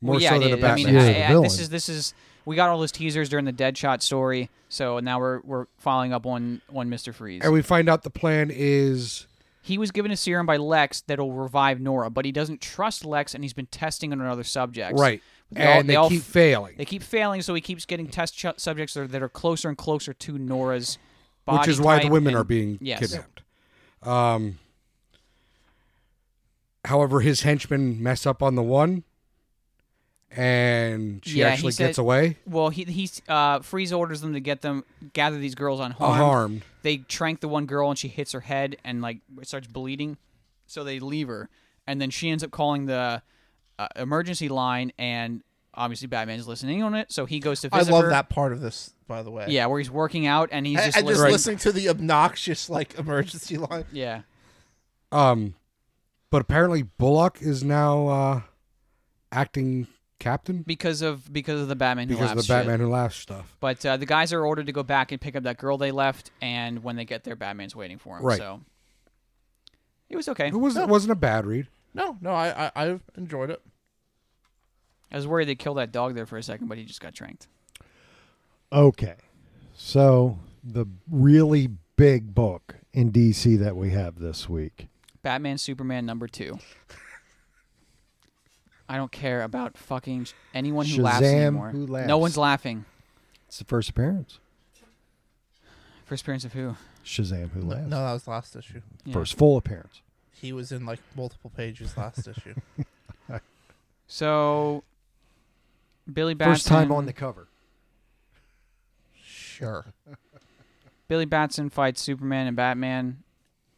More
well, yeah,
so
it
than a
is. I mean,
Batman.
Yeah,
I-
the
I-
villain.
this is this is we got all those teasers during the Deadshot story, so now we're we're following up on on Mister Freeze.
And we find out the plan is
he was given a serum by Lex that'll revive Nora, but he doesn't trust Lex, and he's been testing on other subjects.
right,
They all-
and
they
they,
all
keep
f-
failing,
They keep failing, so he keeps getting test ch- subjects that are, that are closer and closer to Nora's. Body
which is why the
type
women
and-
are being
yes.
kidnapped. Um, however, his henchmen mess up on the one, and she
Yeah, he
actually
said-
gets away
Well, he he's uh, Freeze orders them to get them gather these girls on harm.
unharmed.
they trank the one girl and she hits her head and like starts bleeding so they leave her and then she ends up calling the uh, emergency line and obviously batman's listening on it so he goes to
I
visit
love
her.
that part of this, by the way.
yeah where he's working out and he's
And
just,
and just
listening.
listening to the obnoxious like emergency line.
yeah
Um, but apparently Bullock is now uh, acting captain
because of because of the batman who
because of
laughs
the
shit.
Batman Who Laughs stuff.
but uh, the guys are ordered to go back and pick up that girl they left and when they get there batman's waiting for him
Right.
so it was okay
It was it wasn't a bad read.
No, no, I, I I enjoyed it.
i was worried they'd kill that dog there for a second but he just got tranked
Okay. So, the really big book in DC that we have this week.
Batman Superman number two. I don't care about fucking sh- anyone who laughs
Shazam
anymore.
who laughs.
No one's laughing.
It's the first appearance.
First appearance of who?
Shazam who
No,
laughs.
that was last issue.
Yeah.
First full appearance.
He was in like multiple pages last issue.
So, Billy Batson.
First time on the cover.
Sure.
Billy Batson fights Superman and Batman.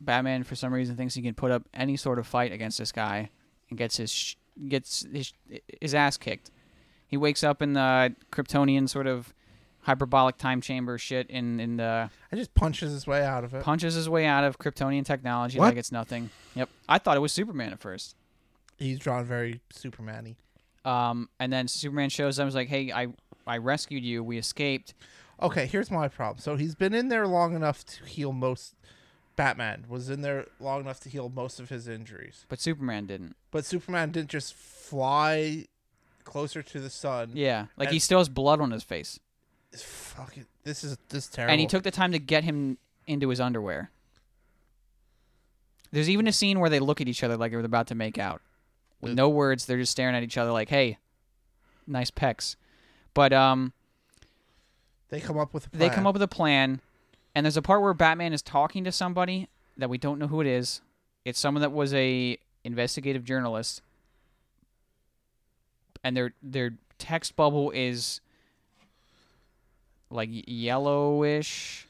Batman, for some reason, thinks he can put up any sort of fight against this guy, and gets his sh- gets his his ass kicked. He wakes up in the Kryptonian sort of hyperbolic time chamber shit, in in the
And just punches his way out of it.
punches his way out of Kryptonian technology
What?
like it's nothing. Yep. I thought it was Superman at first.
He's drawn very Superman-y.
Um, and then Superman shows up and is like, hey, I, I rescued you. We escaped.
Okay, here's my problem. So he's been in there long enough to heal most. Batman was in there long enough to heal most of his injuries,
But Superman didn't.
but Superman didn't just fly closer to the sun.
Yeah. Like,
Mm-hmm.
he
And-
still has blood on his face.
It's fucking. This is this is terrible.
And he took the time to get him into his underwear. There's even a scene where they look at each other like they were about to make out.
Mm.
With no words, they're just staring at each other like, hey, nice pecs. But um,
They come up with. A
they come up with a plan, and there's a part where Batman is talking to somebody that we don't know who it is. It's someone that was a investigative journalist, and their their text bubble is like y- yellowish.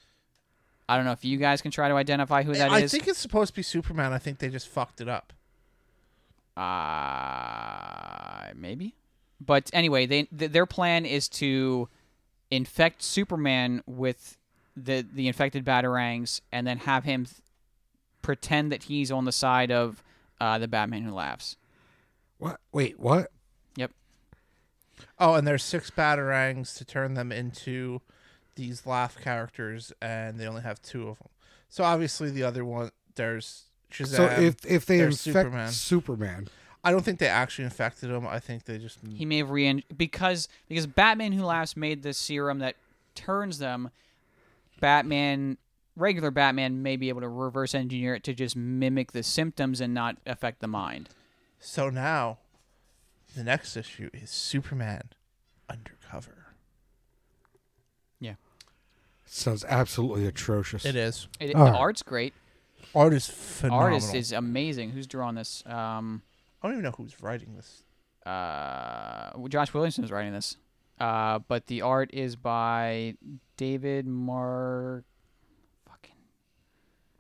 I don't know if you guys can try to identify who that is.
I think it's supposed to be Superman. I think they just fucked it up.
uh, maybe, But anyway, they th- their plan is to infect Superman with the the infected batarangs, and then have him th- pretend that he's on the side of uh, the Batman who laughs.
What? Wait, what?
Yep.
Oh, and there's six batarangs to turn them into these laugh characters, and they only have two of them. So obviously, the other one there's Shazam.
So if if they infect
there's
Superman.
um, Superman.
Superman,
I don't think they actually infected him. I think they just
Hmm.
He may have re because because Batman Who Laughs made this serum that turns them. Batman, regular Batman, may be able to reverse engineer it to just mimic the symptoms and not affect the mind.
So now, the next issue is Superman undercover.
sounds absolutely atrocious.
It is.
It, the
All right.
art's great.
Art is phenomenal.
Artist is amazing. Who's drawing this? Um,
I don't even know who's writing this.
uh, Josh Williamson is writing this. Uh, but the art is by David Mar, fucking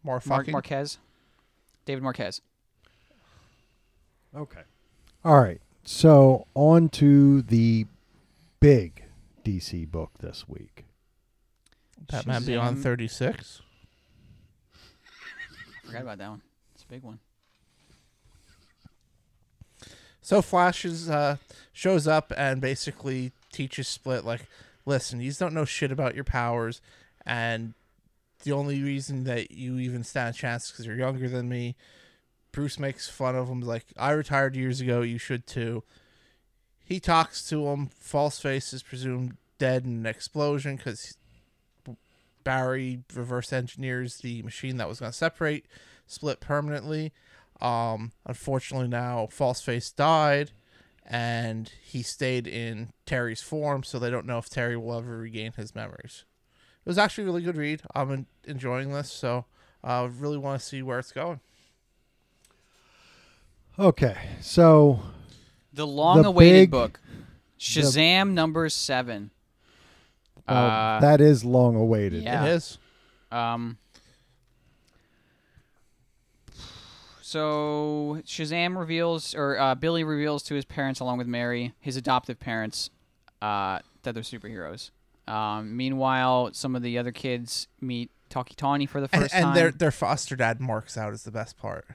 More
Mar-
fucking.
Marquez. David Marquez.
Okay. All right. So on to the big DC book this week.
Batman Beyond
Shazam.
36.
Forgot about that one. It's a big one.
So Flash is, uh, shows up and basically teaches Split, like, listen, you don't know shit about your powers, and the only reason that you even stand a chance because you're younger than me. Bruce makes fun of him, like, I retired years ago, you should too. He talks to him. False Face is presumed dead in an explosion because Barry reverse engineers the machine that was going to separate, split permanently. Um, unfortunately, now False Face died, and he stayed in Terry's form, so they don't know if Terry will ever regain his memories. It was actually a really good read. I'm en- enjoying this, so I really want to see where it's going.
Okay. So
The long-awaited
big-
book, Shazam number seven.
well,
Uh,
um, that is long awaited.
yeah.
It is.
Um. So Shazam reveals, or uh, Billy reveals to his parents, along with Mary, his adoptive parents, uh, that they're superheroes. Um, meanwhile, some of the other kids meet Talkie Tawny for the
And,
first
and
time.
their their foster dad marks out is the best part.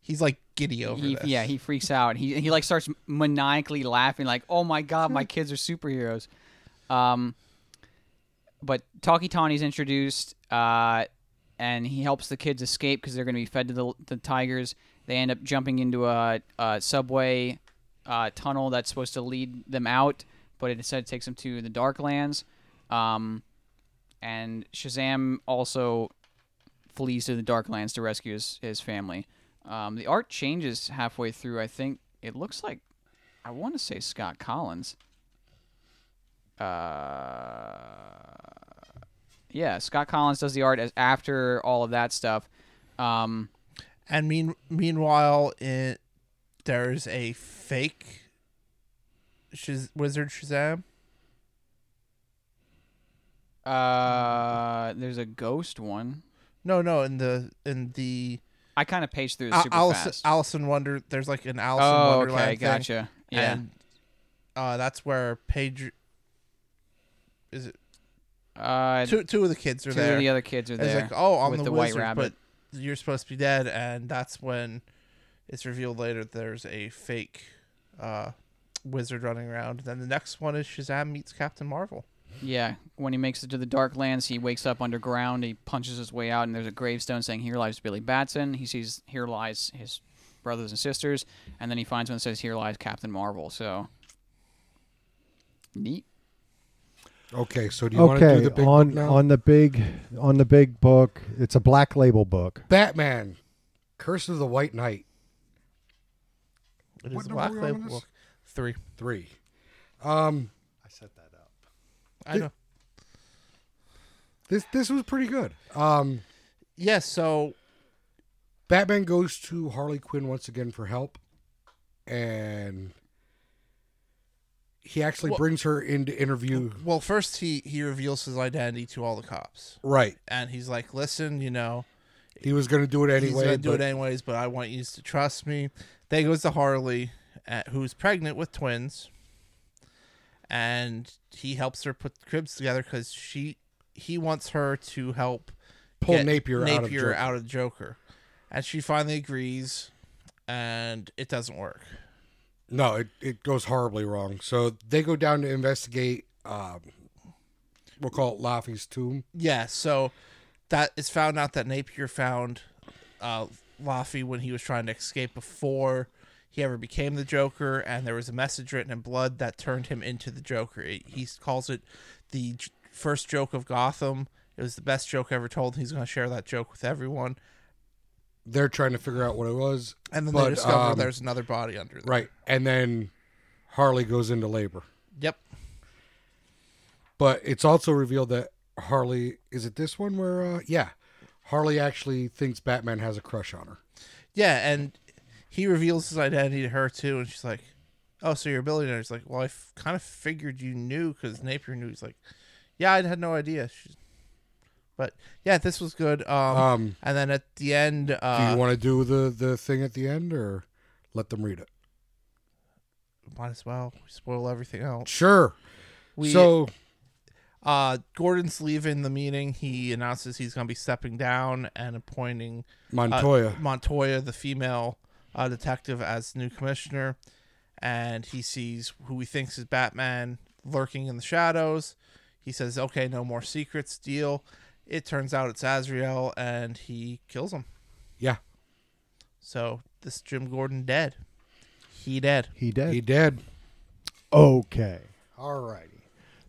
He's like giddy over
he,
this.
yeah, he freaks out. He he like starts maniacally laughing, like, "Oh my god, my kids are superheroes." Um, but Talkie Tawny's introduced, uh, and he helps the kids escape because they're going to be fed to the, the tigers. They end up jumping into a, a subway uh, tunnel that's supposed to lead them out, but it instead takes them to the Darklands. Um, and Shazam also flees to the Darklands to rescue his, his family. Um, the art changes halfway through. I think it looks like I want to say Scott Collins. Uh, yeah, Scott Collins does the art as after all of that stuff. Um,
And mean meanwhile, it there's a fake Shaz- wizard Shazam.
uh, there's a ghost one.
No, no, in the in the
I kind of paced through this
Al-
super
Alice,
fast.
Alice in Wonder. There's like an Alice in
oh,
Wonderland
okay,
thing,
gotcha. Yeah,
and uh, that's where Paige is. It
uh, two,
two two of the kids are
of
there.
the other kids are
it's
there.
like, oh, I'm
with
the,
the White
wizard,
Rabbit.
but you're supposed to be dead, and that's when it's revealed later that there's a fake uh, wizard running around. Then the next one is Shazam meets Captain Marvel.
Yeah, when he makes it to the Dark Lands, he wakes up underground. He punches his way out, and there's a gravestone saying "Here lies Billy Batson." He sees "Here lies his brothers and sisters," and then he finds one that says "Here lies Captain Marvel." So neat.
Okay, so do you want to do
Okay.
the big
On
book now?
on the big on the big book. It's a black label book.
Batman, Curse of the White Knight
It
What
is a
number
Black
were we on
Label
this?
book. Three.
three. Um,
I set that up.
I know.
this this was pretty good. Um,
Yeah, so
Batman goes to Harley Quinn once again for help, and he actually
Well-
brings her in to interview.
well, first he he reveals his identity to all the cops,
Right,
and he's like, "Listen, you know,
he was going to do it anyway.
he's gonna do
but-
it anyways, but I want you to trust me." They goes to Harley, uh who's pregnant with twins, and he helps her put the cribs together because she he wants her to help
Pull
get
Napier out of
Napier
Joker.
out of Joker, and she finally agrees, and it doesn't work.
No, it, it goes horribly wrong. So they go down to investigate. Um, we'll call it Laffy's tomb.
Yeah, so that it's found out that Napier found uh, Laffy when he was trying to escape before he ever became the Joker, and there was a message written in blood that turned him into the Joker. It, he calls it the j- first joke of Gotham. It was the best joke ever told. and He's going to share that joke with everyone,
They're trying to figure out what it was.
and then
but,
they discover
um,
there's another body under there.
right, and then Harley goes into labor.
Yep.
But it's also revealed that Harley is it this one where uh, yeah, Harley actually thinks Batman has a crush on her.
Yeah, and he reveals his identity to her too, and she's like, "Oh, so you're a billionaire?" He's like, "Well, I f- kind of figured you knew because Napier knew." He's like, "Yeah, I had no idea." She's, but yeah, this was good. Um,
Um,
and then at the end,
do
uh,
you want to do the the thing at the end or let them read it?
might as well we spoil everything else.
Sure.
Oh. We,
so
uh, Gordon's leaving the meeting. He announces he's going to be stepping down and appointing uh,
Montoya.
Montoya, the female uh, detective, as new commissioner, and he sees who he thinks is Batman lurking in the shadows. He says, "Okay, no more secrets, deal." It turns out it's Azrael, and he kills him.
yeah,
So this Jim Gordon dead. He dead.
He did.
he did.
okay.
All righty.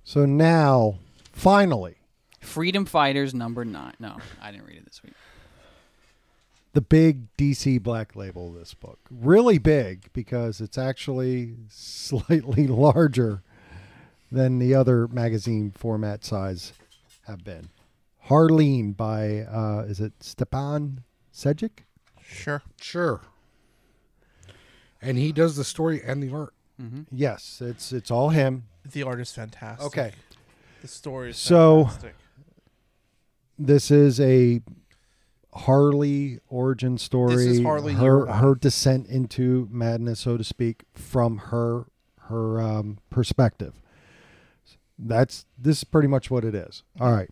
So now, finally,
Freedom Fighters number nine. No, I didn't read it this week.
the big DC Black Label of this book. Really big because it's actually slightly larger than the other magazine format size have been. Harleen by uh, is it Stepan Sejic?
Sure.
Sure. And he does the story and the art.
Yes, it's it's all him.
The art is fantastic.
Okay.
The story is
So-
fantastic.
This is a Harley origin story.
This is Harley year
her
one.
her descent into madness, so to speak, from her her um, perspective. That's this is pretty much what it is. All right.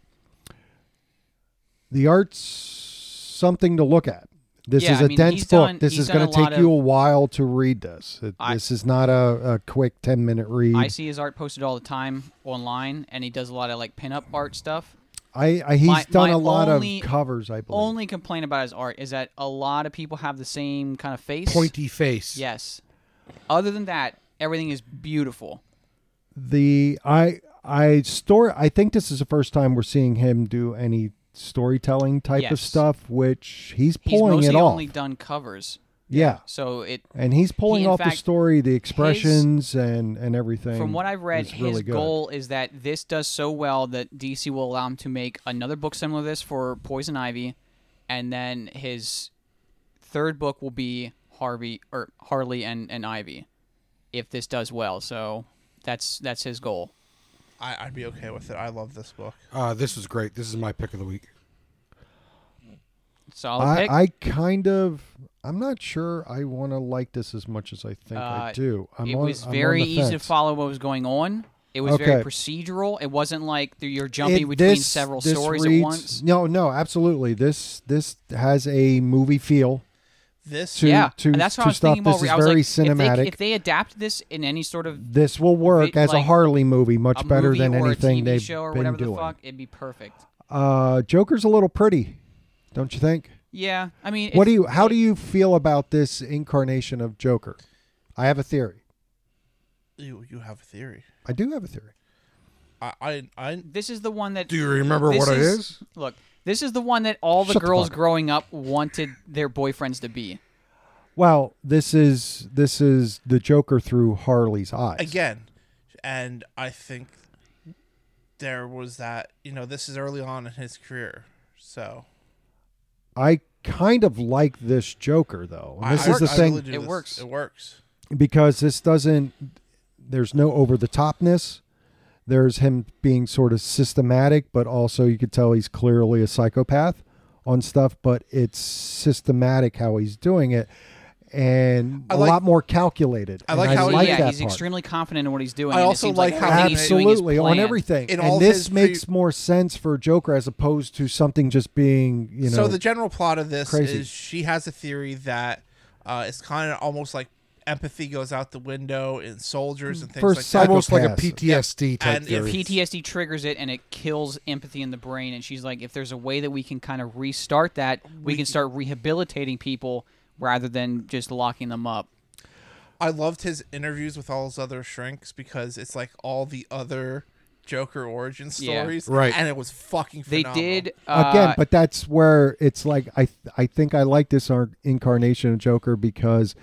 The art's something to look at. This
Yeah,
is
I
a
mean,
dense
he's
book.
done-
this
he's
is
done
going
a
to
lot
take you
of-
a while to read this. It-
I-
this is not a, a quick ten minute read.
I see his art posted all the time online, and he does a lot of like pinup art stuff.
I, I he's
My-
done
my
a lot
only-
of covers. I believe.
Only complaint about his art is that a lot of people have the same kind of face.
Pointy face.
Yes. Other than that, everything is beautiful.
the I I story I think this is the first time we're seeing him do any storytelling type of
Yes.
stuff, which he's
He's
pulling
mostly
it off.
only done covers,
yeah.
so it.
And he's pulling
in
off the
fact-
story, the expressions and and everything.
From what I've read,
is
his
really good.
goal is that this does so well that DC will allow him to make another book similar to this for Poison Ivy, and then his third book will be Harvey or Harley and, and Ivy, if this does well. So that's that's his goal.
I, I'd be okay with it. I love this book.
Uh, this was great. This is my pick of the week.
Solid
I,
pick.
I kind of I'm not sure I want to like this as much as I think I
Uh,
do. I'm
it
on-
was
I'm on
very
the
easy to
fence.
follow what was going on. It was very
Okay.
procedural. It wasn't like th- you're jumping
It-
between
this-
several
this
stories
reads-
at once.
No, no, absolutely. This this has a movie feel.
This
to-
yeah,
to-
and that's what
to
I was
stuff.
thinking about.
This
re-
is
I was
very
like, If
cinematic.
they, if they adapt this in any sort of
This will work
They-
as a
like,
Harley movie, much
a
better
movie
than
or a
anything
TV
they've
show or
been
whatever
doing.
the fuck, it'd be perfect.
Uh, Joker's a little pretty, don't you think?
Yeah, I mean,
what
it's-
do you? How
it-
do you feel about this incarnation of Joker? I have a theory.
you you have a theory.
I do have a theory.
I I, I
This is the one that
Do you remember
this
what it
is-
is?
Look, this is the one that all the
Shut the
girls
fuck up.
growing up wanted their boyfriends to be.
Well, this is this is the Joker through Harley's eyes.
again and i think there was that you know this is early on in his career so
I kind of like this Joker though. And this
I,
is the
I
thing
really do
It
this.
works.
it works
because this doesn't. There's no over the topness. There's him being sort of systematic, but also you could tell he's clearly a psychopath on stuff, but it's systematic how he's doing it. and
I
a
like-
lot more calculated.
I
And
like how he-
yeah,
that
he's
part.
extremely confident in what he's doing.
I
and it
also
seems
like how
everything
he-
he's doing is
absolutely on
planned.
everything.
In
and
all of
this
his pre-
makes more sense for Joker as opposed to something just being you know.
so the general plot of this
crazy.
is she has a theory that uh, it's kind of almost like empathy goes out the window in soldiers and things
For
like that.
psycho-
almost like a
Psychopaths.
PTSD type
And if
theory.
PTSD triggers it and it kills empathy in the brain. And she's like, if there's a way that we can kind of restart that, we can start rehabilitating people rather than just locking them up.
I loved his interviews with all his other shrinks because it's like all the other Joker origin
Yeah.
stories,
Right.
And it was fucking.
They
Phenomenal.
did uh,
Again, but that's where it's like I I think I like this ar- incarnation of Joker because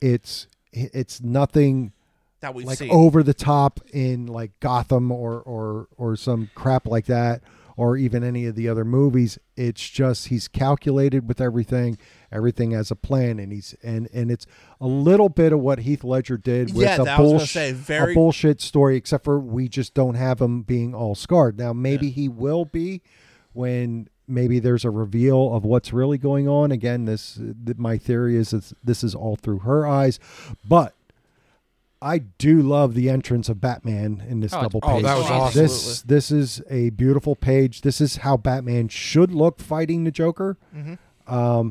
it's it's nothing
that we've
like oh,
seen.
over the top in like Gotham or or or some crap like that or even any of the other movies it's just he's calculated with everything everything has a plan and he's and and it's a little bit of what Heath Ledger did with
Yeah,
a,
that I was gonna
bullsh-
say, very-
a bullshit story except for we just don't have him being all scarred now maybe he will be when maybe there's a reveal of what's really going on again this th- my theory is this, this is all through her eyes but I do love the entrance of Batman in this
Oh,
double
oh,
page.
that was awesome.
This this is a beautiful page. This is how Batman should look fighting the Joker. Um,
Mm-hmm.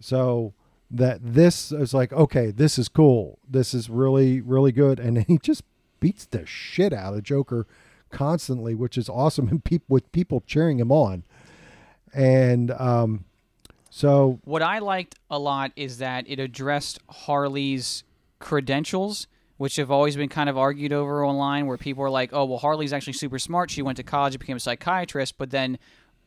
so that this is like okay, this is cool. This is really really good, and he just beats the shit out of Joker constantly, which is awesome. And peop- with people cheering him on, and um, so
what I liked a lot is that it addressed Harley's credentials, which have always been kind of argued over online, where people are like, "Oh, well, Harley's actually super smart. She went to college, became a psychiatrist, but then."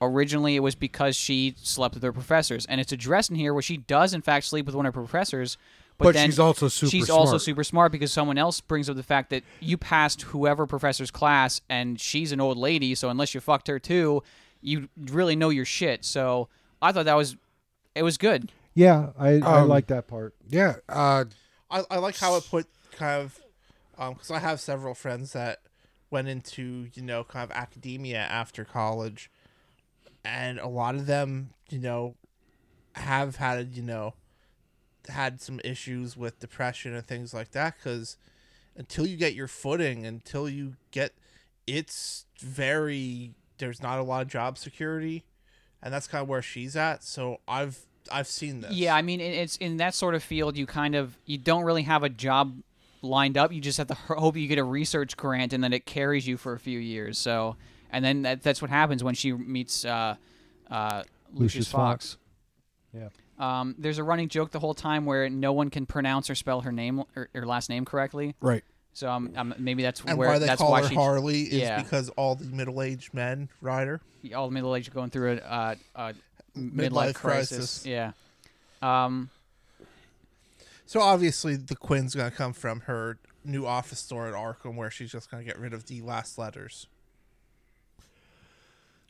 Originally, it was because she slept with her professors, and it's addressed in here where she does, in fact, sleep with one of her professors. But,
But
then
she's also super
She's also
smart.
super smart because someone else brings up the fact that you passed whoever professor's class, and she's an old lady, so unless you fucked her too, you really know your shit. So I thought that was it was good.
yeah, I, I
Um,
like that part.
yeah, uh,
I, I like how it put kind of because I have several friends that went into you know kind of academia after college, and a lot of them you know have had you know had some issues with depression and things like that because until you get your footing, until you get, it's very there's not a lot of job security, and that's kind of where she's at. So I've I've seen this.
Yeah, I mean, it- it's in that sort of field, you kind of you don't really have a job lined up. You just have to h- hope you get a research grant, and then it carries you for a few years. So, and then that, that's what happens when she meets uh, uh, Lucius,
Lucius
Fox.
Fox. Yeah.
Um, there's a running joke the whole time where no one can pronounce or spell her name or, or last name correctly.
right.
So um, um, maybe that's
And
where
why they
that's
call
why
her
she
Harley is
yeah.
because all the middle-aged men ride her.
all the middle age going through a, uh a midlife,
Midlife
crisis.
crisis.
Yeah. Um,
So obviously, the Quinn's gonna come from her new office store at Arkham, where she's just gonna get rid of the last letters.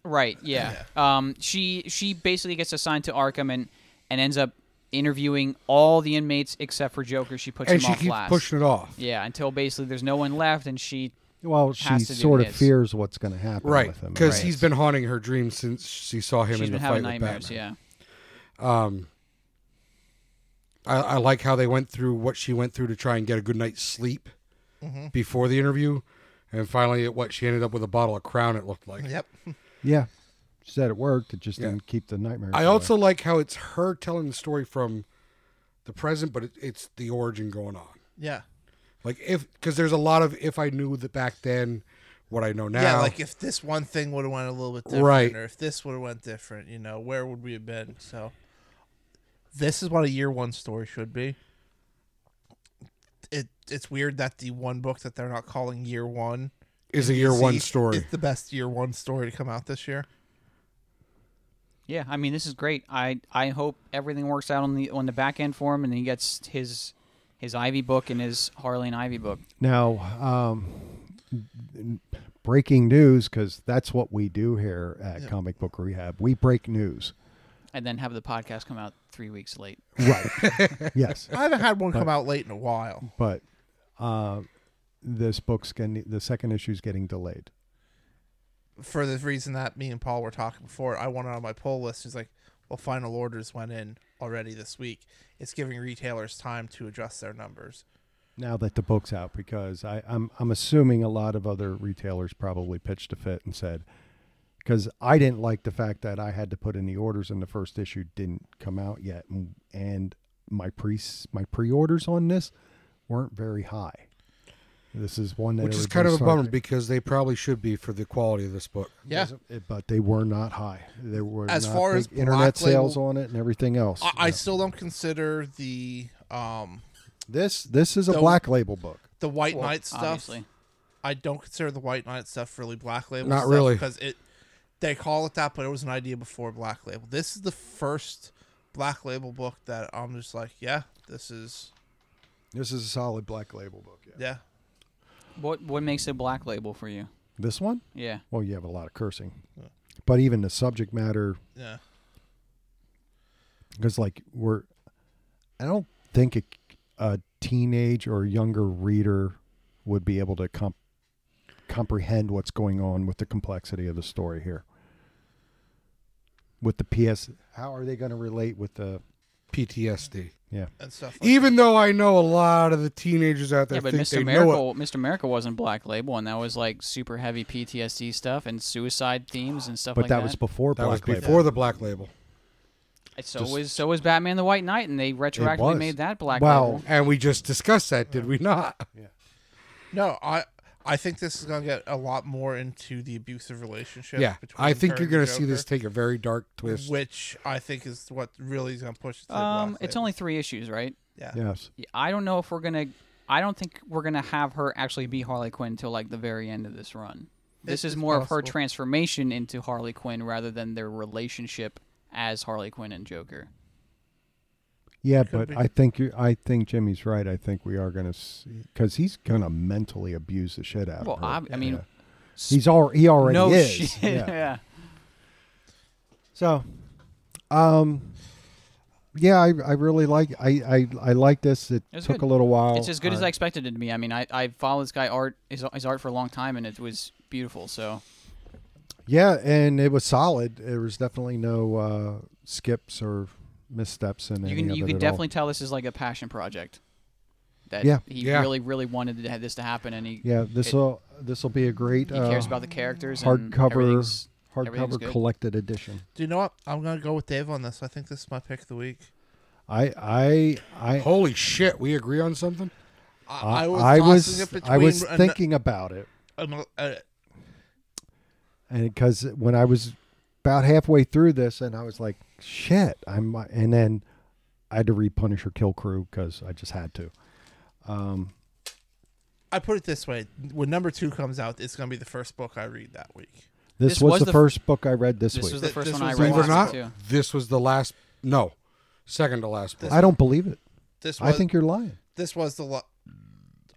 Right. Yeah. Um. She she basically gets assigned to Arkham and and ends up interviewing all the inmates except for Joker. She puts
And
him
she
off
keeps
last.
pushing it off.
Yeah. Until basically there's no one left, and she
Well, she
has to do
sort of
his.
fears what's going to happen
Right,
with him.
because
right?
he's been haunting her dreams since she saw him
she's
in
been
the
having
fight with
nightmares.
Batman.
Yeah.
I, I like how they went through what she went through to try and get a good night's sleep before the interview, and finally, it, what she ended up with a bottle of Crown. It looked like.
Yep.
Yeah. She said it worked. It just
Yeah.
didn't keep the nightmare.
I also like how it's her telling the story from the present, but it, it's the origin going on.
Yeah.
Like if because there's a lot of if I knew that back then, what I know now.
yeah. Like if this one thing would have went a little bit different,
Right.
or if this would have went different, you know, where would we have been? So this is what a year one story should be. It it's weird that the one book that they're not calling year one
is a year one
is-
story.
is the best year one story to come out this year.
Yeah. I mean, this is great. I I hope everything works out on the on the back end for him, and he gets his his Ivy book and his Harley and Ivy book.
Now, um, breaking news, because that's what we do here at Comic Book Rehab. We break news.
And then have the podcast come out three weeks late.
Right. yes.
I haven't had one come out late in a while.
But uh, this book's getting, the second issue's getting delayed.
for the reason that me and Paul were talking before, I want it on my poll list. He's like, while final orders went in already this week. It's giving retailers time to adjust their numbers.
now that the book's out because I, I'm I'm assuming a lot of other retailers probably pitched a fit and said because I didn't like the fact that I had to put in the orders and the first issue didn't come out yet and, and my pre my pre-orders on this weren't very high. This is one that
which is kind of a
everybody's
bummer
talking-
because they probably should be for the quality of this book.
Yeah.
it- but they were not high. There were
As
not
far
big
as black
internet sales
label-
on it and everything else.
I, I
Yeah.
still don't consider the um
this this is a
Though-
black label book.
the White Knight stuff.
obviously.
I don't consider the White Knight stuff really Black Label.
Not
stuff
really.
because it they call it that, but it was an idea before Black Label. This is the first Black Label book that I'm just like, yeah, this is
This is a solid black label book. Yeah.
yeah.
What what makes it black label for you?
This one?
Yeah.
Well, you have a lot of cursing, but even the subject matter,
Yeah.
because like we're, I don't think a, a teenage or younger reader would be able to comp- comprehend what's going on with the complexity of the story here. With the PS, how are they going to relate with the?
PTSD.
Yeah,
And stuff like
Even though I know a lot of the teenagers out there
yeah, but
think
Mr.
they know it.
Miracle, Mr. Miracle wasn't black label, and that was like super heavy PTSD stuff and suicide themes and stuff
but
like
that,
that.
was before
That was
Black Label.
before the black label.
And so
just-
was so was Batman the White Knight, and they retroactively
was.
made that black
Wow.
label.
And we just discussed that, did we not?
No, I I think this is gonna get a lot more into the abusive relationship.
Yeah.
between
I
her
think you're
and the
going to see this
Joker,
take a very dark twist.
which I think is what really is gonna push. It to
Um,
Black
it's
Label.
only three issues, right?
yeah.
Yes,
Yeah, I don't know if we're gonna. I don't think we're gonna have her actually be Harley Quinn till like the very end of this run. This
It-
is
it's
more of her
possible.
transformation into Harley Quinn rather than their relationship as Harley Quinn and Joker.
yeah,
Could
but
be.
I think you, I think Jimmy's right. I think we are going to, because he's going to mentally abuse the shit out
Well,
of her.
I, I mean,
Yeah. He's al- he already
no
is.
shit.
Yeah.
yeah.
So, um, yeah, I, I really like I, I I like this. It
It's
took
good.
a little while.
It's as good as
Uh,
I expected it to be. I mean, I, I followed this guy art his, his art for a long time, and it was beautiful. So
Yeah, and it was solid. There was definitely no uh, skips or missteps in
you
any
can
of
you
it at
can
all.
definitely tell this is like a passion project. That
Yeah.
he
Yeah.
really really wanted to have this to happen, and he
Yeah, this
it-
will this will be a great
he cares
uh,
about the characters. and
hardcover
everything's- everything's
hardcover
good.
collected edition.
Do you know what? I'm gonna go with Dave on this. I think this is my pick of the week.
I I I
Holy shit, we agree on something?
I, I was
Uh, I
tossing
was,
it between
I was
an-
thinking about it.
an- uh,
and because when I was about halfway through this, and I was like, "Shit!" I'm, and then I had to read Punisher Kill Crew because I just had to.
I put it this way: when number two comes out, it's gonna be the first book I read that week.
This,
This
was,
was
the,
the f-
first book I read this,
This
week.
was the
Th-
first
this
one I
was
read
the
Believe it or
last
first
not,
night, too.
this was the last, no, second to last book.
I don't believe it.
This
I
was,
think you're lying.
this was the. Lo-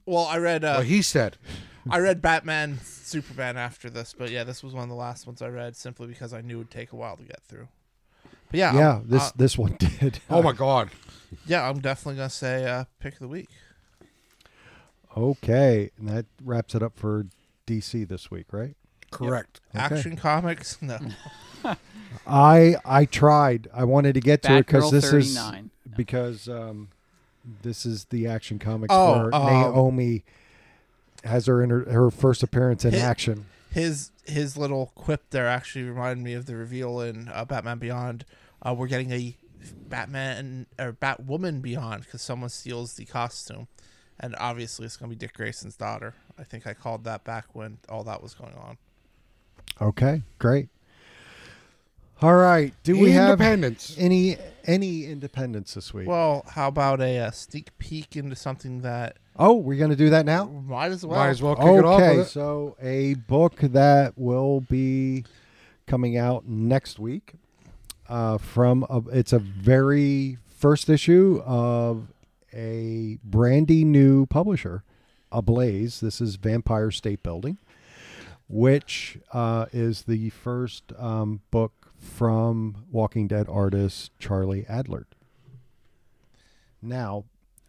well, I read uh,
Well, he said,
I read Batman Superman after this, but yeah, this was one of the last ones I read simply because I knew it would take a while to get through. But yeah,
yeah,
I'm,
this
uh,
this one did.
oh my God.
yeah, I'm definitely gonna say uh, pick of the week.
Okay, and that wraps it up for DC this week, right?
Correct.
Action Comics. No,
I I tried. I wanted to get to it because
Batgirl
this is
39.
because um, this is the Action Comics
Oh,
where
um,
Naomi has her inter- her first appearance in
Hit-
action.
his his little quip there actually reminded me of the reveal in uh, Batman Beyond. Uh, we're getting a Batman or Batwoman Beyond because someone steals the costume, and obviously it's gonna be Dick Grayson's daughter. I think I called that back when all that was going on.
Okay, great. All right. Do we have
Independence.
any any independence this week?
Well, how about a, uh sneak peek into something that
oh, we're going to do that now.
might as well.
Might as well kick it off.
Okay,
With it.
so a book that will be coming out next week uh, from a, it's a very first issue of a brandy new publisher, Ablaze. This is Vampire State Building. which uh, is the first um, book from Walking Dead artist Charlie Adler. Now,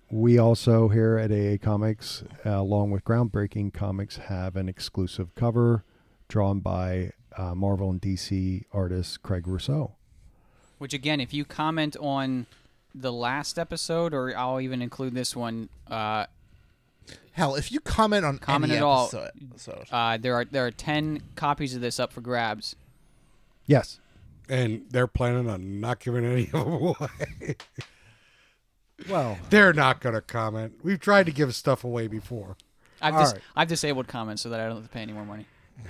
we also here at AA Comics, uh, along with Groundbreaking Comics, have an exclusive cover drawn by uh, Marvel and DC artist Craig Rousseau.
Which again, if you comment on the last episode, or I'll even include this one, uh,
Hell, if you comment on
Comment
any
at all.
episode, episode-
uh, there are there are ten copies of this up for grabs.
Yes.
and they're planning on not giving any of them away.
Well,
they're not going to comment. We've tried to give stuff away before.
I've
All
dis-
right.
I've disabled comments so that I don't have to pay any more money.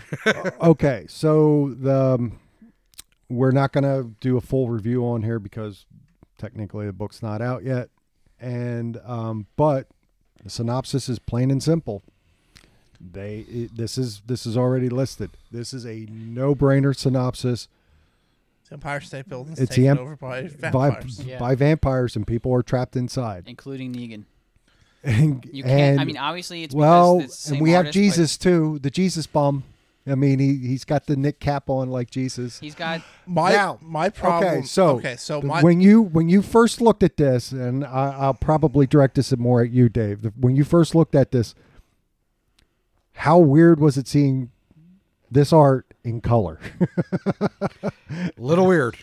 okay. So the um, we're not going to do a full review on here because technically the book's not out yet, and um, but the synopsis is plain and simple. They it, this is this is already listed. This is a no-brainer synopsis
the Empire State Building's
It's the
taken
em-
over by
by,
vampires.
Yeah.
by vampires and people are trapped inside.
including Negan.
And,
You can't. I
and-
mean, obviously it's
well,
because it's the
and
same
we have
artist, but
Jesus too, the Jesus bum. I mean, he he's got the Nick cap on like Jesus.
He's got
My
Now,
my problem.
okay, so
okay, so
the-
my
when you when you first looked at this, and I, I'll probably direct this more at you, Dave. The- When you first looked at this, how weird was it seeing this art in color?
Little weird.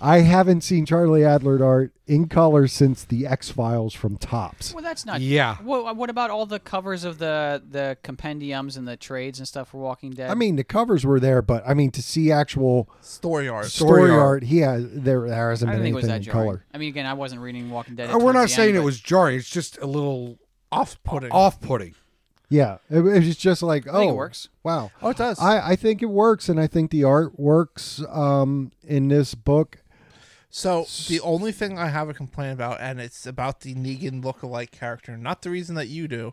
I haven't seen Charlie Adler art in color since the X Files from Tops.
Well, that's not.
Yeah.
What, what about all the covers of the the compendiums and the trades and stuff for Walking Dead?
I mean, the covers were there, but I mean to see actual
story arc.
story,
Story
art,
art.
he has there, there hasn't
I don't
been
think it was
anything
that
in
jarring.
color. Uh,
I mean, again, I wasn't reading Walking Dead.
Oh, We're
towards
not
the
saying
end,
it
but
was jarring. It's just a little
off-putting.
off-putting.
Yeah, it, it was just like oh,
think it works.
Wow,
Oh, it does.
I, I think it works, and I think the art works um, in this book.
So the only thing I have a complaint about, and it's about the Negan look-alike character, not the reason that you do.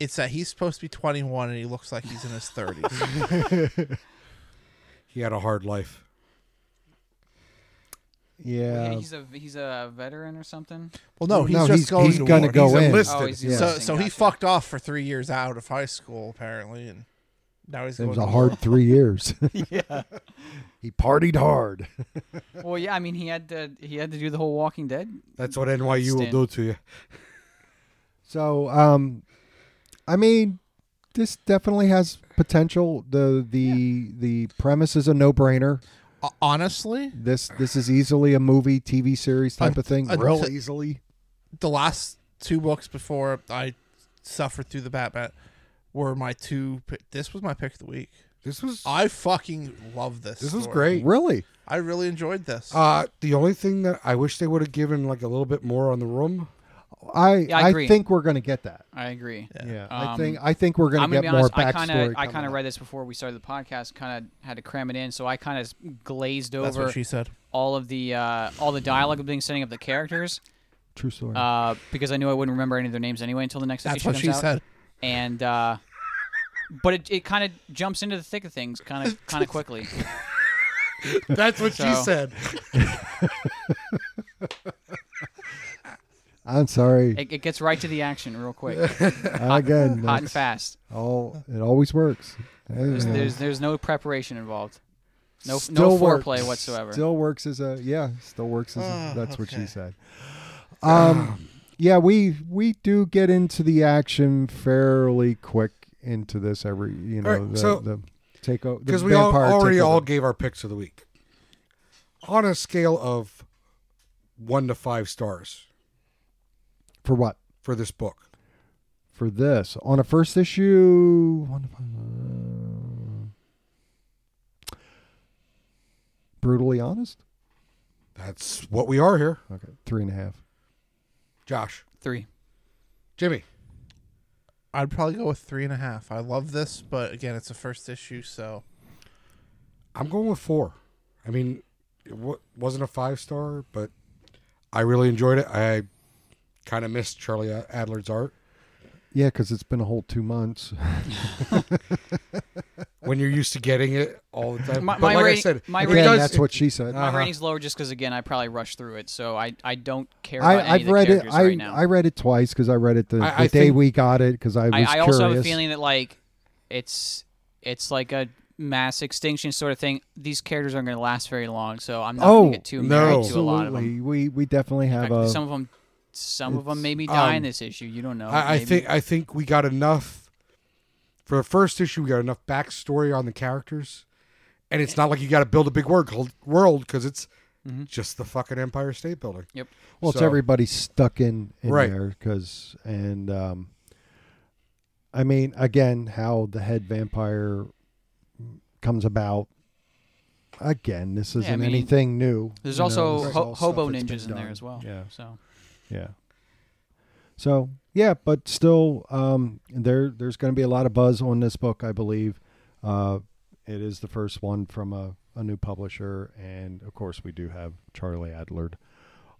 It's that he's supposed to be 21 and he looks like he's in his 30s.
He had a hard life.
Yeah,
Oh, Yeah, he's a he's a veteran or something.
well, no, he's
No,
just
he's-
going
he's
to
gonna
war.
go
He's
in.
enlisted.
Oh, he's
Yeah.
So,
enlisting,
so he
gotcha.
fucked off for three years out of high school apparently, and now he's
it was
going
a
to
hard three years. yeah, he partied hard.
Well, yeah, I mean, he had to he had to do the whole Walking Dead.
That's what NYU
Stan.
will do to you.
So, um, I mean, this definitely has potential. the the The premise is a no brainer.
war. Honestly,
This this is easily a movie, TV series type
Un-
of thing.
until-
Real easily.
the last two books before I suffered through the Batman were my two. pi- This was my pick of the week.
This was
I fucking love this.
this was
story.
great.
Really?
I really enjoyed this.
Uh, the only thing that I wish they would have given like a little bit more on the room.
I
Yeah, I
I,
agree.
think we're gonna get that.
I agree.
Yeah, I
Um,
think I think we're gonna
I'm gonna
get
be
more
honest. I
backstory.
kind of I
coming
kind of
up.
read this before we started the podcast. Kind of had to cram it in, so I kind of glazed
That's
over
what she said.
all of the uh, all the dialogue of being setting up the characters.
True story.
uh, because I knew I wouldn't remember any of their names anyway until the next
That's
issue
what
comes
she
out.
said.
And uh, but it, it kind of jumps into the thick of things kind of kind of quickly.
That's what she
So-
said.
I'm sorry.
It, it gets right to the action real quick,
Again,
hot and
that's
fast.
all it always works.
There's,
Yeah.
there's there's no preparation involved, no no
Still works.
foreplay whatsoever.
Still works as a yeah. Still works as a,
Ah,
that's what she
okay.
said. Um, yeah, we we do get into the action fairly quick into this every you know
All right,
the,
so-
the takeover
Because we all, already all gave our picks of the week. On a scale of one to five stars
for what
for this book,
for this on a first issue. one of- uh, Brutally honest.
that's what we are here.
Okay, three and a half.
Josh,
Three.
Jimmy,
I'd probably go with three and a half. I love this, but again, it's a first issue, so
I'm going with four. I mean, it w- wasn't a five star, but I really enjoyed it. I kind of missed Charlie Ad- Adler's art.
Yeah, because it's been a whole two months.
When you're used to getting it all the time,
My-
but
my
like I
rating-
said,
my
it
rating-
Again,
does-
that's what she said.
My
Uh-huh.
rating's lower just because again I probably rushed through it, so I, I don't care about any
I,
of
I've
the
read it.
characters
I,
right now.
I read it twice because I read it the,
I-
the
I
day
think-
we got it because I was
I, I
curious.
also have a feeling that like it's it's like a mass extinction sort of thing. These characters aren't going to last very long, so I'm not
oh
going to get too
no.
married to a
absolutely.
lot of them.
We we definitely
In
have
fact,
a. um,
some of them, some of them maybe die in this issue. You don't know.
I, I
maybe.
think I think we got enough for the first issue. We got enough backstory on the characters, and it's not like you got to build a big world world because it's just the fucking Empire State Building.
Mm-hmm. Yep.
Well, it's
So-
everybody stuck in, in
Right.
there because, and um, I mean, again, how the head vampire comes about. Again, this isn't
I mean,
anything new.
There's
you know,
also
this is
ho-
all stuff
hobo
that's been
ninjas in there
done.
as well.
Yeah,
So
yeah. So yeah, but still, um, there there's going to be a lot of buzz on this book, I believe. Uh, it is the first one from a, a new publisher, and of course, we do have Charlie Adlard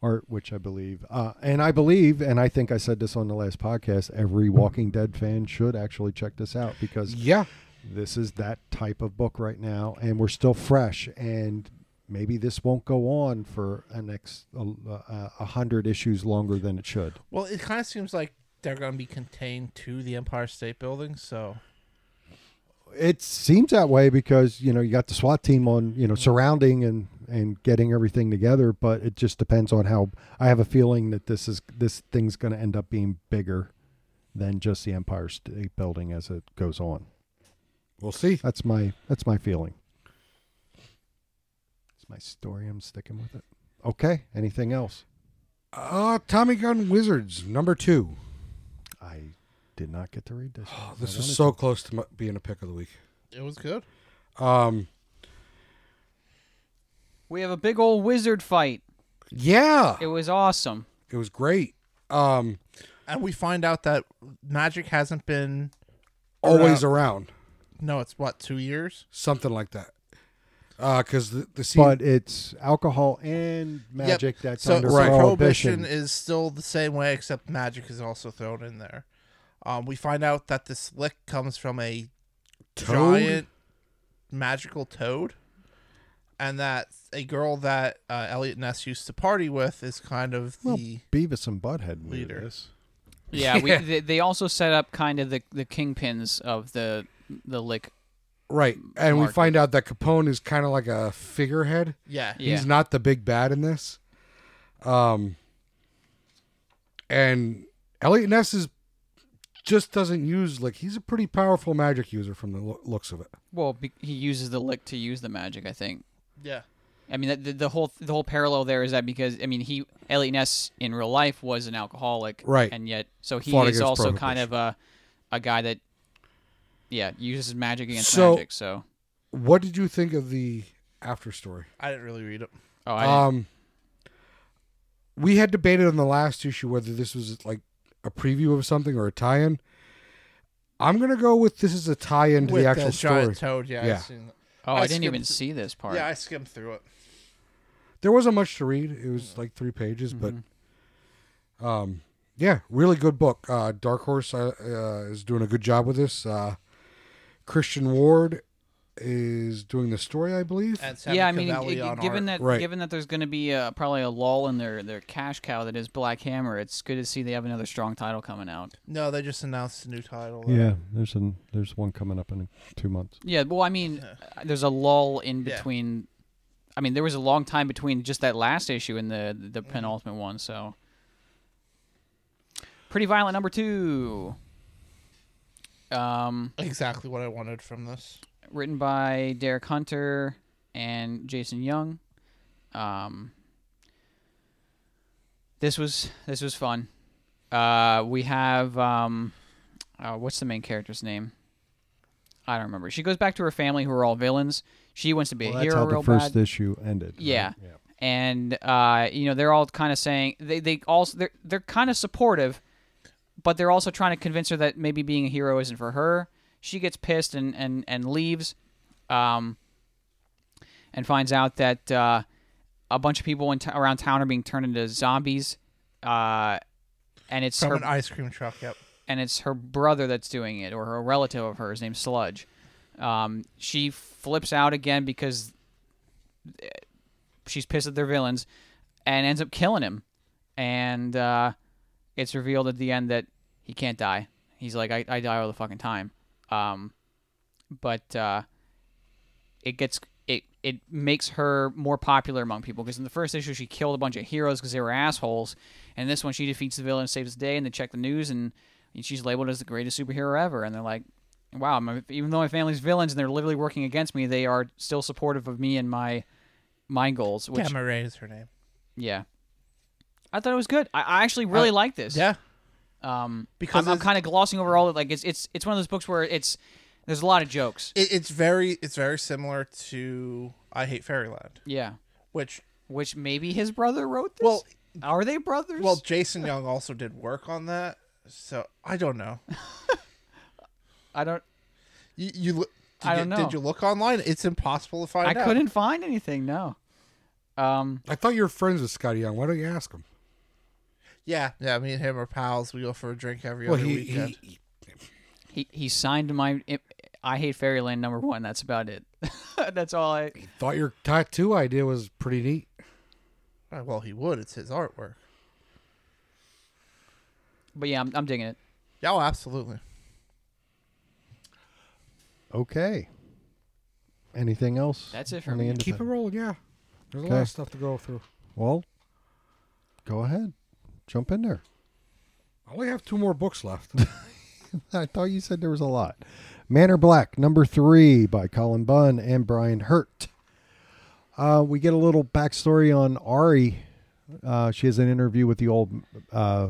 art, which I believe, uh, and I believe, and I think I said this on the last podcast. Every Walking Dead fan should actually check this out because
Yeah.
this is that type of book right now and we're still fresh and maybe this won't go on for a next a, a, a hundred issues longer than it should
Well, it kind of seems like they're going to be contained to the Empire State Building, so
it seems that way because you know you got the swat team on you know surrounding and and getting everything together but it just depends on how i have a feeling that this is this thing's going to end up being bigger than just the empire state building as it goes on
We'll see.
that's my that's my feeling it's my story i'm sticking with it okay anything else
Uh, Tommy Gun Wizards number two.
i did not get to read this
Oh,
one.
this
I
was
wanted
so close to my, being a pick of the week.
it was good.
Um,
we have a big old wizard fight.
yeah,
It was awesome.
it was great. Um,
And we find out that magic hasn't been
always
uh,
around,
no, it's what two years.
something like that. Uh, because the the
to-
scene,
but it's alcohol and magic
Yep.
that's
so,
under
so
Right.
prohibition,
prohibition is still the same way, except magic is also thrown in there. Um, we find out that this lick comes from a
Toad?
giant magical toad, and that a girl that uh, Elliot Ness used to party with is kind of
well,
the
beavis and butthead knew
Leader.
this
Yeah, we, they, they also set up kind of the, the kingpins of the the lick.
right, and we
Market.
find out that Capone is kind of like a figurehead.
yeah.
Yeah.
He's not the big bad in this. Um, and Elliot Ness is just doesn't use like he's a pretty powerful magic user from the lo- looks of it.
Well, be, he uses the lick to use the magic. I think.
yeah.
I mean, the, the whole the whole parallel there is that because I mean, he Elliot Ness in real life was an alcoholic,
Right.
And yet, so he
Fought
is
against
also
prohibition.
kind of a a guy that, yeah, uses magic against
So-
magic. So,
What did you think of the after story?
I didn't really read it.
oh, I didn't-
Um, we had debated on the last issue whether this was like a preview of something or a tie-in. I'm gonna go with this is a tie-in to
With
the actual story.
giant toad, yeah,
Yeah.
I've seen that.
oh,
I
I, didn't even
skipped-
see this part.
Yeah, I skimmed through it.
there wasn't much to read. It was like three pages,
Mm-hmm.
but um, yeah, really good book. Uh, Dark Horse uh, uh, is doing a good job with this. Uh, Christian Ward is doing the story, I believe.
And
yeah,
Santa
I mean,
Cavalli
g-
on
given
art.
that
Right.
given that there's going to be uh probably a lull in their their cash cow that is Black Hammer, it's good to see they have another strong title coming out.
no, they just announced a new title.
yeah there's an there's one coming up in two months
Yeah, well, I mean, uh, there's a lull in
Yeah.
between. I mean, there was a long time between just that last issue and the the penultimate one. So, pretty violent number two. Um,
exactly what I wanted from this.
written by Derek Hunter and Jason Young. Um, this was this was fun. Uh, we have um, uh, what's the main character's name? I don't remember. She goes back to her family, who are all villains. She wants to be
well,
a
that's
hero
how the
real
first
bad.
issue ended right?
Yeah. And uh, you know they're all kind of saying they they also they're they're kind of supportive, but they're also trying to convince her that maybe being a hero isn't for her. She gets pissed and and and leaves, um, and finds out that uh, a bunch of people in t- around town are being turned into zombies, uh, and it's
From
her
an ice cream truck. Yep.
and it's her brother that's doing it, or her relative of hers named Sludge. Um, she flips out again because eh, she's pissed at their villains, and ends up killing him. And uh, it's revealed at the end that he can't die. He's like, I, I die all the fucking time. Um, but uh, it gets it it makes her more popular among people because in the first issue she killed a bunch of heroes because they were assholes, and this one she defeats the villain, saves the day, and they check the news and she's labeled as the greatest superhero ever, and they're like, wow, my, even though my family's villains and they're literally working against me, they are still supportive of me and my my goals. Which
Gamma Ray is her name.
yeah, I thought it was good. I, I actually really like this.
Yeah.
Um,
Because
because I'm,
it's-
kind of glossing over all of like it's it's it's one of those books where it's there's a lot of jokes.
It, it's very it's very similar to I Hate Fairyland,
yeah,
which
which maybe his brother wrote this.
Well-
are they brothers?
well Jason Young also did work on that, so I don't know.
I don't.
You you loo- did,
I
you-
don't know.
did you look online? It's impossible to find
I
out.
couldn't find anything. No. Um.
I thought you were friends with Scotty Young. Why don't you ask him?
Yeah, yeah. Me and him are pals. We go for a drink every
Well,
other
he,
weekend.
he, he-
He he signed my I hate Fairyland number one. That's about it. that's all I.
thought your tattoo idea was pretty neat.
Uh, well, he would. It's his artwork.
But yeah, I'm, I'm digging it.
Yeah, oh, absolutely.
Okay. Anything else?
That's it for
on the
me.
end of
Keep it
it?
rolling, yeah. There's a lot
Okay.
of stuff to go through.
Well, go ahead. Jump in there.
I only have two more books left.
I thought you said there was a lot. Man or Black, number three by Colin Bunn and Brian Hurt. Uh, we get a little backstory on Ari. Uh, she has an interview with the old, uh,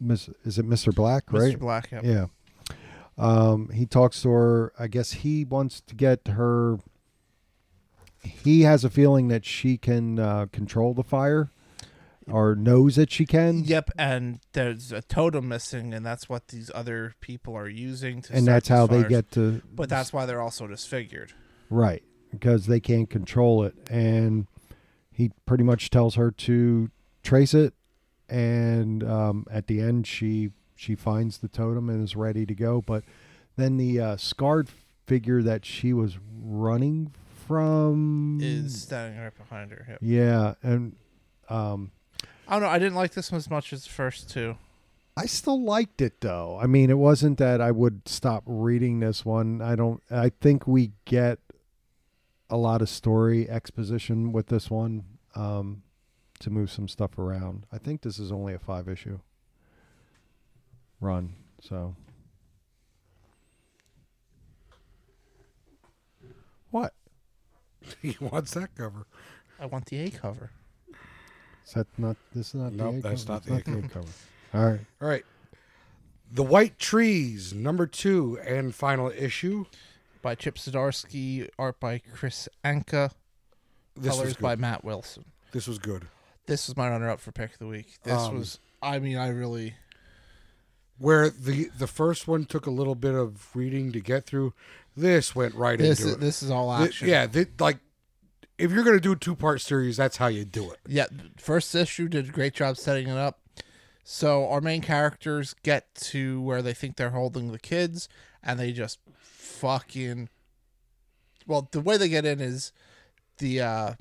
Miss, is it Mr. Black, right?
Mr. Black. Yeah.
Yeah. Um, he talks to her. I guess he wants to get her. He has a feeling that she can uh, control the fire, or knows that she can.
Yep, and there's a totem missing, and that's what these other people are using to.
and
start
that's
these
how they
fires.
get to
But that's why they're also disfigured.
right because they can't control it. And he pretty much tells her to trace it. And um, at the end, she she finds the totem and is ready to go. But then the uh, scarred figure that she was running from
Mm.
Is standing right behind her. Yep.
Yeah, and um,
I don't know. I didn't like this one as much as the first two.
I still liked it though. I mean, it wasn't that I would stop reading this one. I don't. I think we get a lot of story exposition with this one um, to move some stuff around. I think this is only a five issue run, so. What
he wants that cover.
I want the A cover.
is that? Not this is not
Nope,
the A
that's
cover?
not
It's
the A cover.
All right,
All right. The White Trees, number two and final issue.
By Chip Zdarsky, art by Chris Anka,
This was
colors
good.
by Matt Wilson.
This was good.
This was my runner-up for pick of the week. This
Um,
was. I mean, I really.
Where the the first one took a little bit of reading to get through, this went right
This
into
is,
it.
this is all
Th-
action.
yeah, th- like if you're gonna do a two part series, that's how you do it.
yeah, first issue did a great job setting it up. So our main characters get to where they think they're holding the kids, and they just fucking. Well, the way they get in is the uh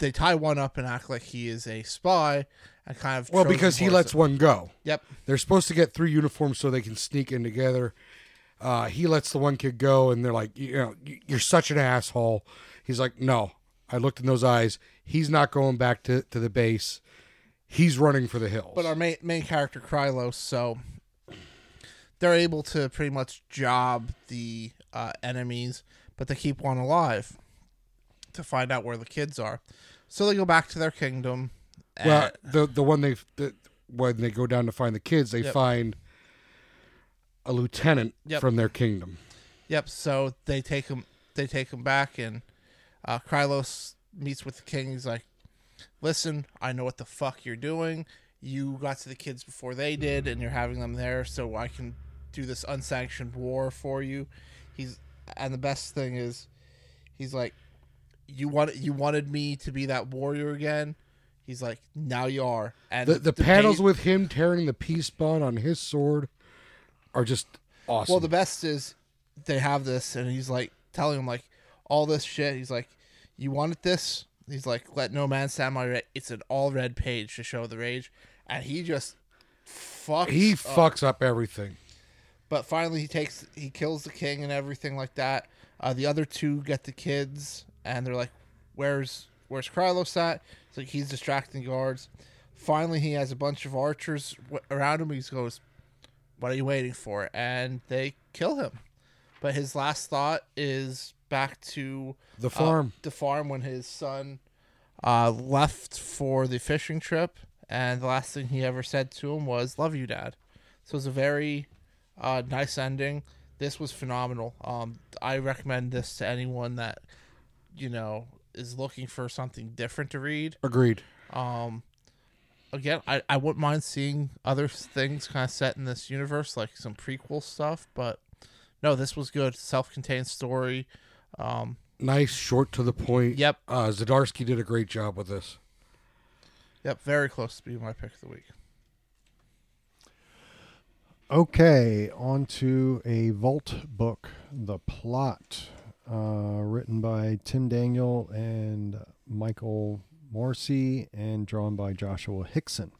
they tie one up and act like he is a spy, and kind of
Well,
Trojan
because he
horse
lets
it.
one go.
Yep,
They're supposed to get three uniforms so they can sneak in together. Uh, he lets the one kid go, and they're like, you know, "You- you're such an asshole. He's like, no. I looked in those eyes. He's not going back to, to the base. He's running for the hills.
but our main main character Krylos, so they're able to pretty much job the uh, enemies, but they keep one alive to find out where the kids are. So they go back to their kingdom. and-
well, the the one they the, when they go down to find the kids, they
Yep.
find a lieutenant
Yep.
from their kingdom.
yep. So they take him. They take him back, and uh, Krylos meets with the king. He's like, "Listen, I know what the fuck you're doing. You got to the kids before they did, and you're having them there, so I can do this unsanctioned war for you." He's and the best thing is, he's like, "You want you wanted me to be that warrior again." He's like, "Now you are." And
The the, panels
page-
with him tearing the peace bond on his sword are just awesome.
Well, the best is they have this, and he's like telling him like all this shit. He's like, "You wanted this?" He's like, "Let no man stand my ra It's an all red page to show the rage, and he just fucks.
he
up.
fucks up everything.
But finally, he takes, he kills the king and everything like that. Uh, the other two get the kids, and they're like, "Where's where's Krylos at?" It's like he's distracting guards. Finally, he has a bunch of archers w- around him. He goes, "What are you waiting for?" And they kill him. But his last thought is back to
The
uh,
farm.
the farm when his son uh, left for the fishing trip, and the last thing he ever said to him was "Love you, Dad." So it's a very uh, nice ending. This was phenomenal. Um, I recommend this to anyone that you know is looking for something different to read.
Agreed.
Um, again, I, I wouldn't mind seeing other things kind of set in this universe, like some prequel stuff. But no, this was good. Self-contained story. Um,
Nice, short to the point.
Yep.
Uh, Zadarsky did a great job with this.
yep, very close to being my pick of the week.
Okay, on to a Vault book, The Plot, uh, written by Tim Daniel and Michael Morrissey and drawn by Joshua Hickson.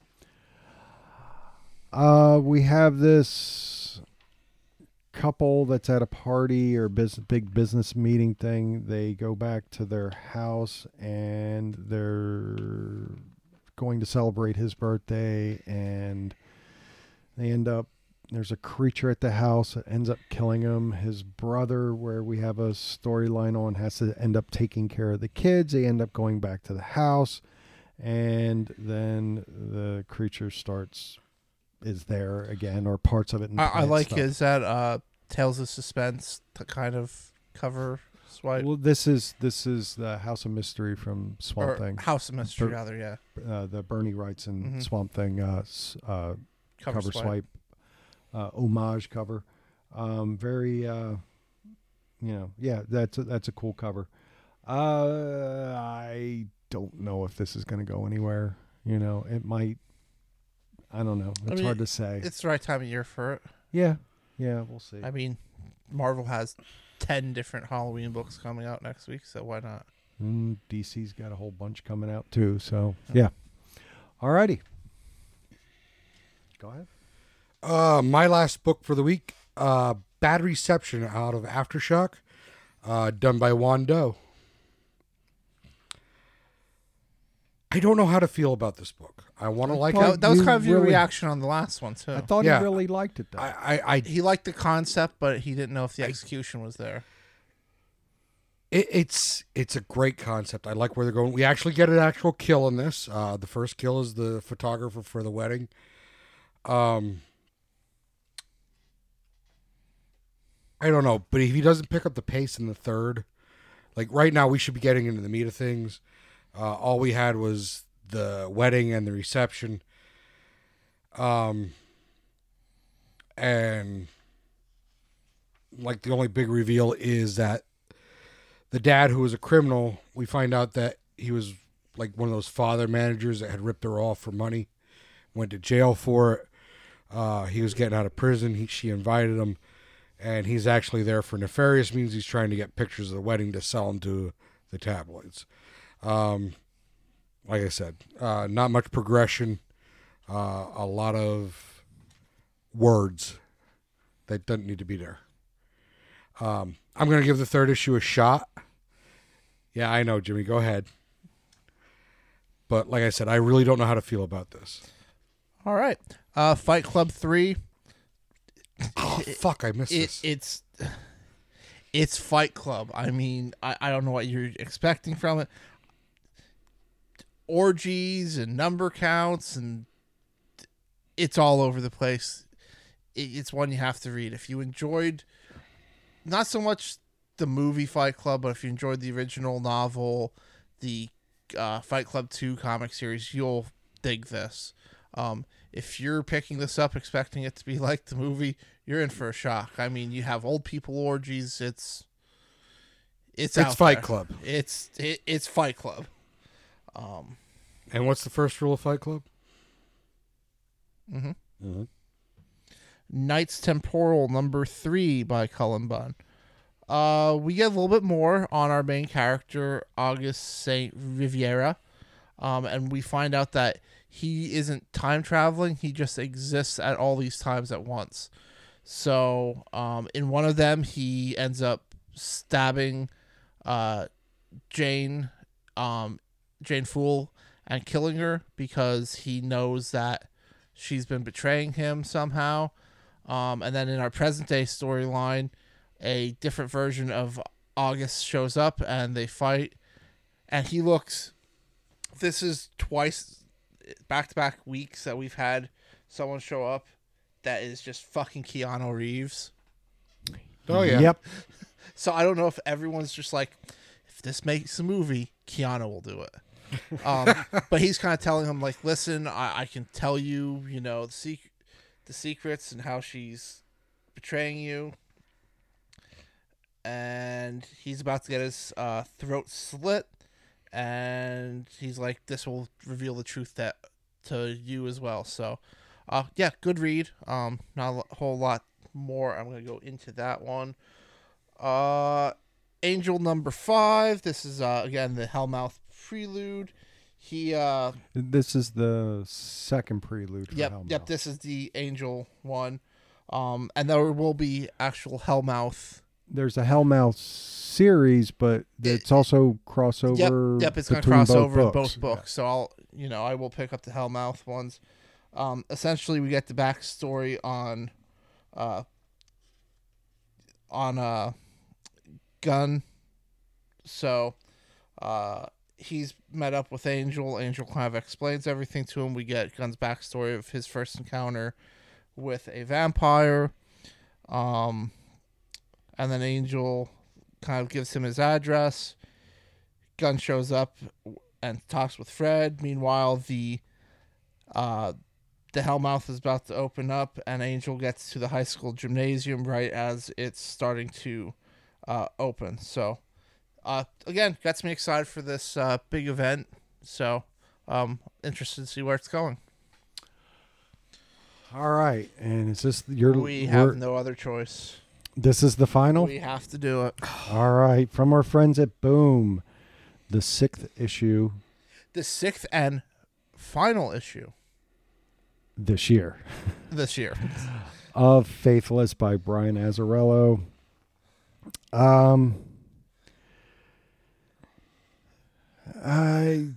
Uh, we have this couple that's at a party or business, big business meeting thing. They go back to their house and they're going to celebrate his birthday and they end up there's a creature at the house that ends up killing him. His brother, where we have a storyline on, has to end up taking care of the kids. They end up going back to the house, and then the creature starts is there again or parts of it. and
I, I
plant
like
stuff.
is that uh, tales of suspense to kind of cover swipe
Well, this is this is the House of Mystery from Swamp
or
Thing,
House of Mystery
Bur-
rather. Yeah,
uh, the Bernie Wrights and
Mhm.
Swamp Thing uh, s- uh, cover, swipe, uh, homage cover. Um, very, uh, you know, yeah, that's a, that's a cool cover. Uh, I don't know if this is going to go anywhere. You know, it might. I don't know. It's
mean,
hard to say.
It's the right time of year for it.
Yeah, yeah, we'll see.
I mean, Marvel has ten different Halloween books coming out next week, so why not?
Mm, DC's got a whole bunch coming out too. So yeah. Alrighty. Go ahead.
Uh, my last book for the week, uh, Bad Reception out of Aftershock, uh, done by Juan Doe. I don't know how to feel about this book. I want to like
Well,
that, that was
you
kind of your
really-
reaction on the last one too.
I thought
Yeah.
he really liked it though.
it. I, I, I
he liked the concept, but he didn't know if the execution was there.
it, it's it's a great concept. I like where they're going. We actually get an actual kill in this. Uh, the first kill is the photographer for the wedding. Um, I don't know, but if he doesn't pick up the pace in the third, like right now, we should be getting into the meat of things. Uh, all we had was the wedding and the reception. Um, and like the only big reveal is that the dad who was a criminal, we find out that he was like one of those father managers that had ripped her off for money, went to jail for it. Uh, he was getting out of prison. He, she invited him, and he's actually there for nefarious means. He's trying to get pictures of the wedding to sell them to the tabloids. Um, like I said, uh, not much progression, uh, a lot of words that doesn't need to be there. Um, I'm going to give the third issue a shot. Yeah, I know, Jimmy. Go ahead. But like I said, I really don't know how to feel about this.
All right, uh, Fight Club three.
Oh, fuck, I missed
It,
this.
it's it's Fight Club. I mean, I, I don't know what you're expecting from it. Orgies and number counts and it's all over the place. It, it's one you have to read if you enjoyed. Not so much the movie Fight Club, but if you enjoyed the original novel, the uh, Fight Club two comic series, you'll dig this. Um, if you're picking this up expecting it to be like the movie, you're in for a shock. I mean, you have old people orgies. It's it's
It's
out
Fight
there.
Club.
It's it, it's Fight Club.
and what's the first rule of Fight Club?
Knights Temporal number three by Cullen Bunn. Uh, we get a little bit more on our main character, August Saint Riviera, um, and we find out that he isn't time traveling; he just exists at all these times at once. So, um, in one of them, he ends up stabbing uh, Jane, um, Jane Fool, and killing her because he knows that she's been betraying him somehow. Um, and then in our present day storyline, a different version of August shows up and they fight, and he looks. This is twice, back to back weeks that we've had someone show up that is just fucking Keanu Reeves.
Oh yeah.
Yep.
So I don't know if everyone's just like, if this makes a movie, Keanu will do it. Um, but he's kind of telling him like, listen, I, I can tell you, you know, the sec- the secrets and how she's betraying you. And he's about to get his uh, throat slit, and he's like, this will reveal the truth that to you as well. So, uh, yeah, good read. Um, not a lo- whole lot more. I'm gonna go into that one. Uh, Angel number five. This is uh again the Hellmouth prelude. He uh
This is the second prelude. For
yep
Hellmouth.
yep. This is the Angel one. Um, and there will be actual Hellmouth.
There's a Hellmouth series, but it's also crossover.
Yep yep. It's gonna
between
cross
both
over in
books.
both books. So I'll you know I will pick up the Hellmouth ones. Um, essentially we get the backstory on, uh, on uh, gun. So, uh, he's met up with Angel. Angel kind of explains everything to him. We get Gun's backstory of his first encounter with a vampire. Um, and then Angel kind of gives him his address. Gun shows up and talks with Fred. Meanwhile, the uh, the Hellmouth is about to open up, and Angel gets to the high school gymnasium right as it's starting to uh, open. So, uh, again, gets me excited for this uh, big event. So, um, interested to see where it's going.
All right, and is this your?
We
we're-
have no other choice.
This is the final.
We have to do it.
All right, from our friends at Boom, the sixth issue
The sixth and final issue
this year
this year.
of Faithless by Brian Azzarello. Um, I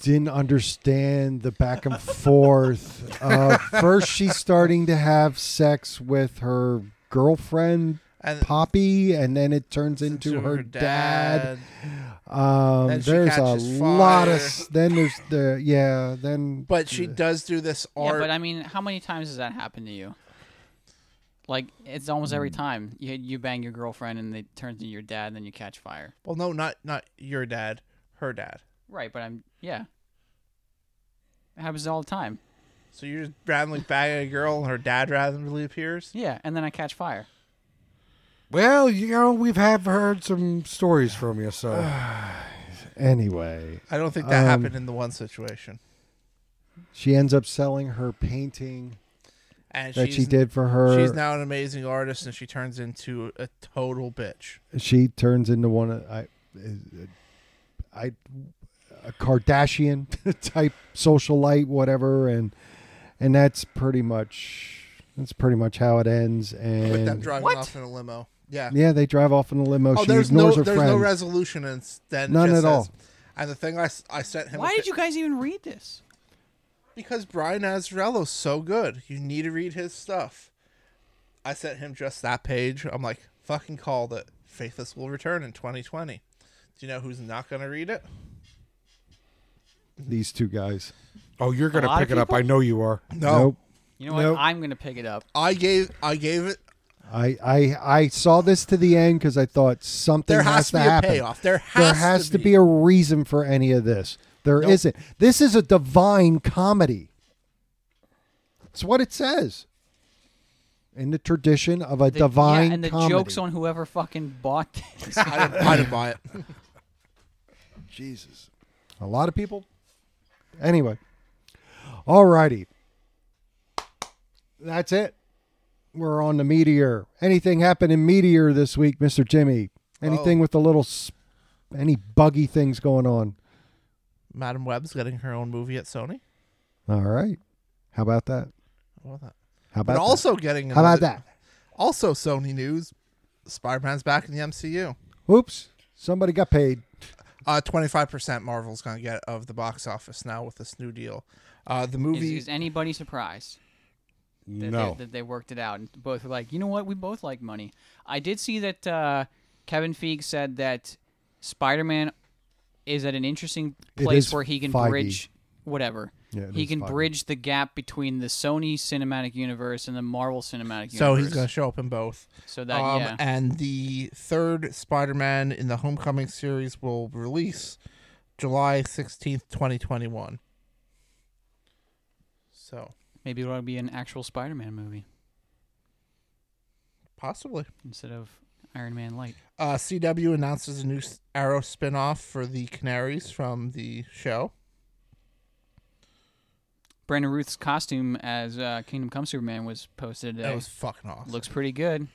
didn't understand the back and forth. Uh, first, she's starting to have sex with her girlfriend.
And
Poppy, and then it turns into, her, dad. Um,
Then she
there's a
catches
lot of
fire.
s- then there's the yeah then
But she does do this
Yeah,
art.
but I mean, how many times has that happened to you? Like it's almost
Hmm.
every time you you bang your girlfriend and they turn to your dad, and then you catch fire.
well, no, not not your dad, her dad.
Right, but I'm yeah. It happens all the time.
So you're just randomly banging a girl, and her dad randomly appears.
Yeah, and then I catch fire.
Well, you know, we've have heard some stories from you, so
anyway
I don't think that
Um,
happened in the one situation.
she ends up selling her painting
And
that
she's,
she did for her
She's now an amazing artist, and she turns into a total bitch.
she turns into one of I I a Kardashian type socialite whatever and and that's pretty much that's pretty much how it ends
With them
and
driving
What?
off in a limo. Yeah.
yeah they drive off in a limo
Oh,
she
there's no
ignores her
there's
friend
no resolution, and s- then it
None
just
at all.
says- And the thing I, s- I sent him. a
Why did
pic-
you guys even read this?
Because Brian Azzarello's so good. You need to read his stuff. I sent him just that page. I'm like, fucking called it. Faithless will return in 2020. Do you know who's not going to read it?
these two guys
oh, you're gonna
lot of
pick it up.
people?
I know you are.
No.
nope
You know what?
Nope.
I'm gonna pick it up.
I gave I gave it.
I, I I saw this to the end because I thought something
There has,
has,
to be
to
a
happen.
payoff. There has,
there has to be. a reason for any of this. There
Nope.
not This is a divine comedy. It's what it says. In the tradition of a
The-
divine
yeah, and the
comedy.
jokes on whoever fucking bought this.
I didn't, I didn't buy it.
Jesus. A lot of people. Anyway. Alrighty. That's it. We're on the meteor. Anything happened in meteor this week, Mr. Jimmy? Anything
Oh.
with the little s any buggy things going on?
Madam Web's getting her own movie at Sony.
All right. How about that?
What was that?
How about
But
that?
also getting
How about
another-
that?
Also Sony news. Spider-Man's back in the MCU.
Oops. Somebody got paid.
Uh, 25% Marvel's going to get of the box office now with this new deal. Uh, the
Is,
movie
is anybody surprised? that,
No.
they, that they worked it out and both were like you know what we both like money i did see that uh Kevin Feige said that Spider Man is at an interesting
It
place
is
where he can
Feige.
bridge whatever.
Yeah, it
he
is
can
Feige.
bridge the gap between the Sony cinematic universe and the Marvel cinematic universe.
So he's going to show up in both.
So that
um,
yeah.
And the third Spider Man in the Homecoming series will release July 16th, 2021. So,
Maybe it'll be an actual Spider Man movie
possibly.
instead of Iron Man Light.
Uh, CW announces a new s- Arrow spin off for the Canaries from the show.
Brandon Ruth's costume as uh, Kingdom Come Superman was posted today.
That was fucking awesome.
Looks pretty good.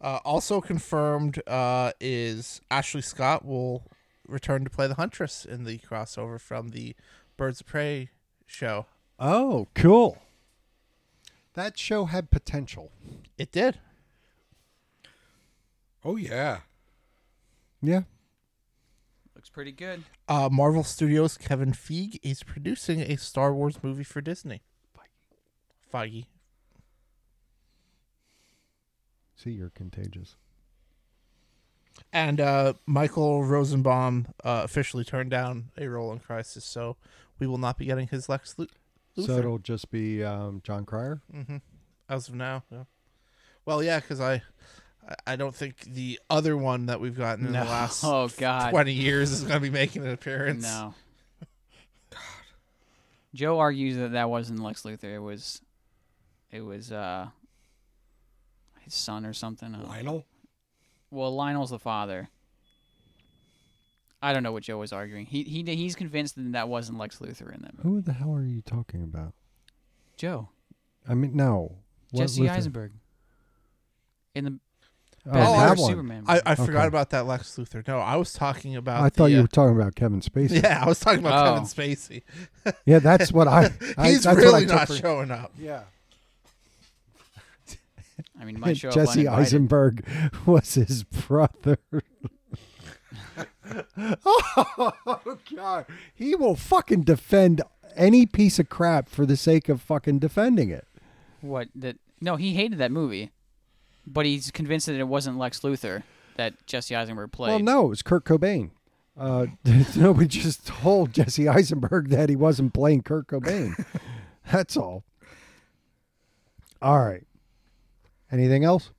Uh, also confirmed uh, is Ashley Scott will return to play the Huntress in the crossover from the Birds of Prey show.
Oh, cool. That show had potential.
It did.
Oh yeah.
Yeah.
Looks pretty good.
Uh, Marvel Studios' Kevin Feige is producing a Star Wars movie for Disney. Feige.
See, you're contagious.
And uh, Michael Rosenbaum uh, officially turned down a role in Crisis, so we will not be getting his Lex Lu- Luthor
So it'll just be um, John Cryer.
as of now. Yeah. Well, yeah, because I, I- I don't think the other one that we've gotten in the last
Oh God.
twenty years is going to be making an appearance.
No. Joe argues that that wasn't Lex Luthor. It was, it was uh, his son or something. Uh,
Lionel.
Well, Lionel's the father. I don't know what Joe was arguing. He he he's convinced that that wasn't Lex Luthor in that movie.
Who the hell are you talking about?
Joe
I mean, no. What
Jesse
Luther?
Eisenberg. In the
Oh,
Batman
that
vs
one.
Superman.
I,
movie.
I forgot
Okay.
about that Lex Luthor. No, I was talking about.
I thought
the,
you
uh,
were talking about Kevin Spacey. Yeah,
Yeah, I was talking about
Oh.
Kevin Spacey.
that's what I. I
He's
that's
really
what I
not
took for-
showing up.
Yeah.
I mean, my show up
Jesse
uninvited.
Eisenberg was his brother. oh God, he will fucking defend any piece of crap for the sake of fucking defending it.
What that? No, he hated that movie, but he's convinced that it wasn't Lex Luthor that Jesse Eisenberg played.
Well, no, it was Kurt Cobain. Uh, nobody just told Jesse Eisenberg that he wasn't playing Kurt Cobain. That's all. All right. Anything else?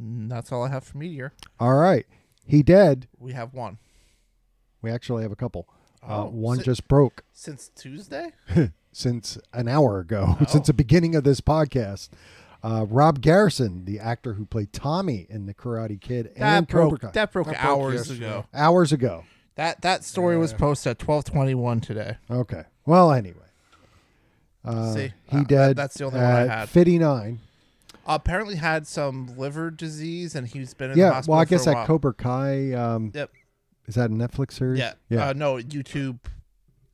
Mm, That's all I have for Meteor.
All right. He dead.
We have one
We actually have a couple. Uh,
Oh,
one
si-
just broke.
since Tuesday.
since an hour ago, since the beginning of this podcast. Uh, Rob Garrison, the actor who played Tommy in The Karate Kid
That
and Cobra
broke.
Kai,
That broke
That broke
hours
yesterday.
ago.
hours ago.
That that story was posted at twelve twenty one today.
Okay. Well, anyway, uh,
See,
he
Uh, that-
dead.
that's the only one I
at
had.
Fifty nine.
Apparently had some liver disease, and he's been in the
Yeah.
hospital.
Well, I guess
for a
that
while.
Cobra Kai. Um,
Yep.
Is that a Netflix series?
Yeah.
Yeah.
Uh, no, YouTube.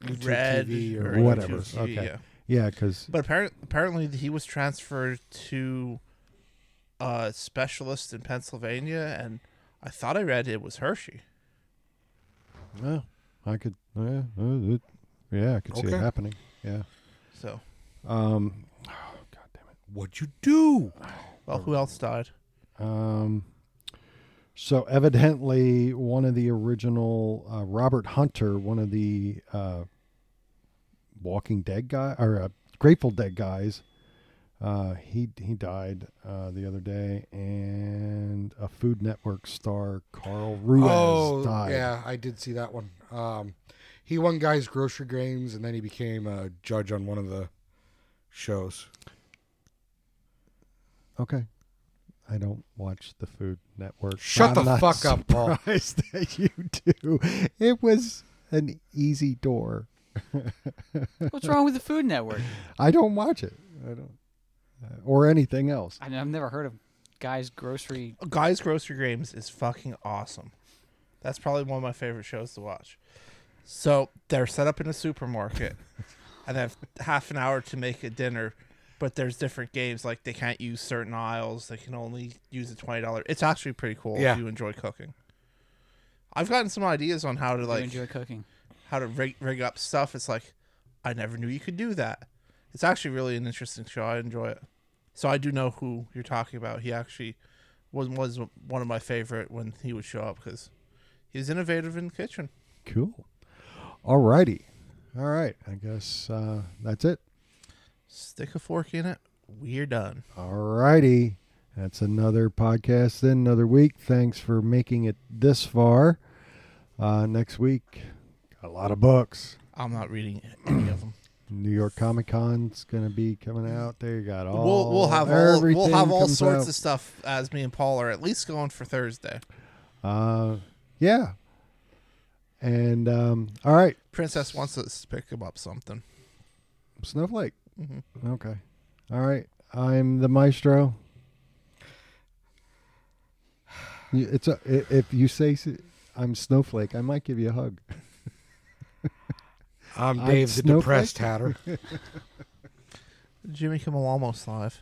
YouTube
Red
TV or
YouTube
whatever.
TV,
Okay.
yeah.
yeah. Because
But apparently, apparently he was transferred to a specialist in Pennsylvania, and I thought I read it was Hershey.
I could. Yeah. uh, it- yeah. I could see it
Okay.
happening. Yeah.
So,
Um.
What'd you do?
well,
Hmm.
who else died?
Um, so evidently, one of the original uh, Robert Hunter, one of the uh, Walking Dead guy or uh, Grateful Dead guys, uh, he he died uh, the other day, and a Food Network star Carl Ruiz
oh
died.
yeah, I did see that one. Um, he won guys grocery games, and then he became a judge on one of the shows.
Okay. I don't watch the Food Network.
Shut
I'm
the
not
fuck up, Paul.
surprised that you do. It was an easy door.
What's wrong with the Food Network?
I don't watch it. I don't, uh, or anything else.
I mean, I've never heard of Guy's Grocery.
Guys, Grocery Games is fucking awesome. That's probably one of my favorite shows to watch. So they're set up in a supermarket, and they have half an hour to make a dinner. But there's different games like they can't use certain aisles; they can only use a twenty dollar. It's actually pretty cool
Yeah.
if you enjoy cooking. I've gotten some ideas on how to
I
like
enjoy cooking.
how to rig, rig up stuff. It's like I never knew you could do that. It's actually really an interesting show. I enjoy it. So I do know who you're talking about. He actually was was one of my favorite when he would show up because he's innovative in the kitchen.
Cool. All righty. All right. I guess uh, that's it.
Stick a fork in it. We're done.
All righty. That's another podcast, then another week. Thanks for making it this far. Uh, next week, a lot of books.
I'm not reading any of them.
New York Comic Con's going to be coming out. There you got all.
we'll we'll have all, we'll
Oh, everything
have all
comes
sorts
out.
of stuff as me and Paul are at least going for Thursday.
Uh, yeah. And um, all right,
Princess wants us to pick him up something.
Snowflake. Okay. All right. I'm the maestro. You- It's a, i- if you say s- I'm Snowflake, I might give you a hug.
I'm
I'm
Dave the
Snowflake.
Depressed Hatter.
Jimmy Kimmel almost live.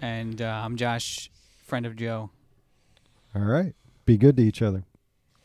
And uh, I'm Josh, friend of Joe.
All right. Be good to each other.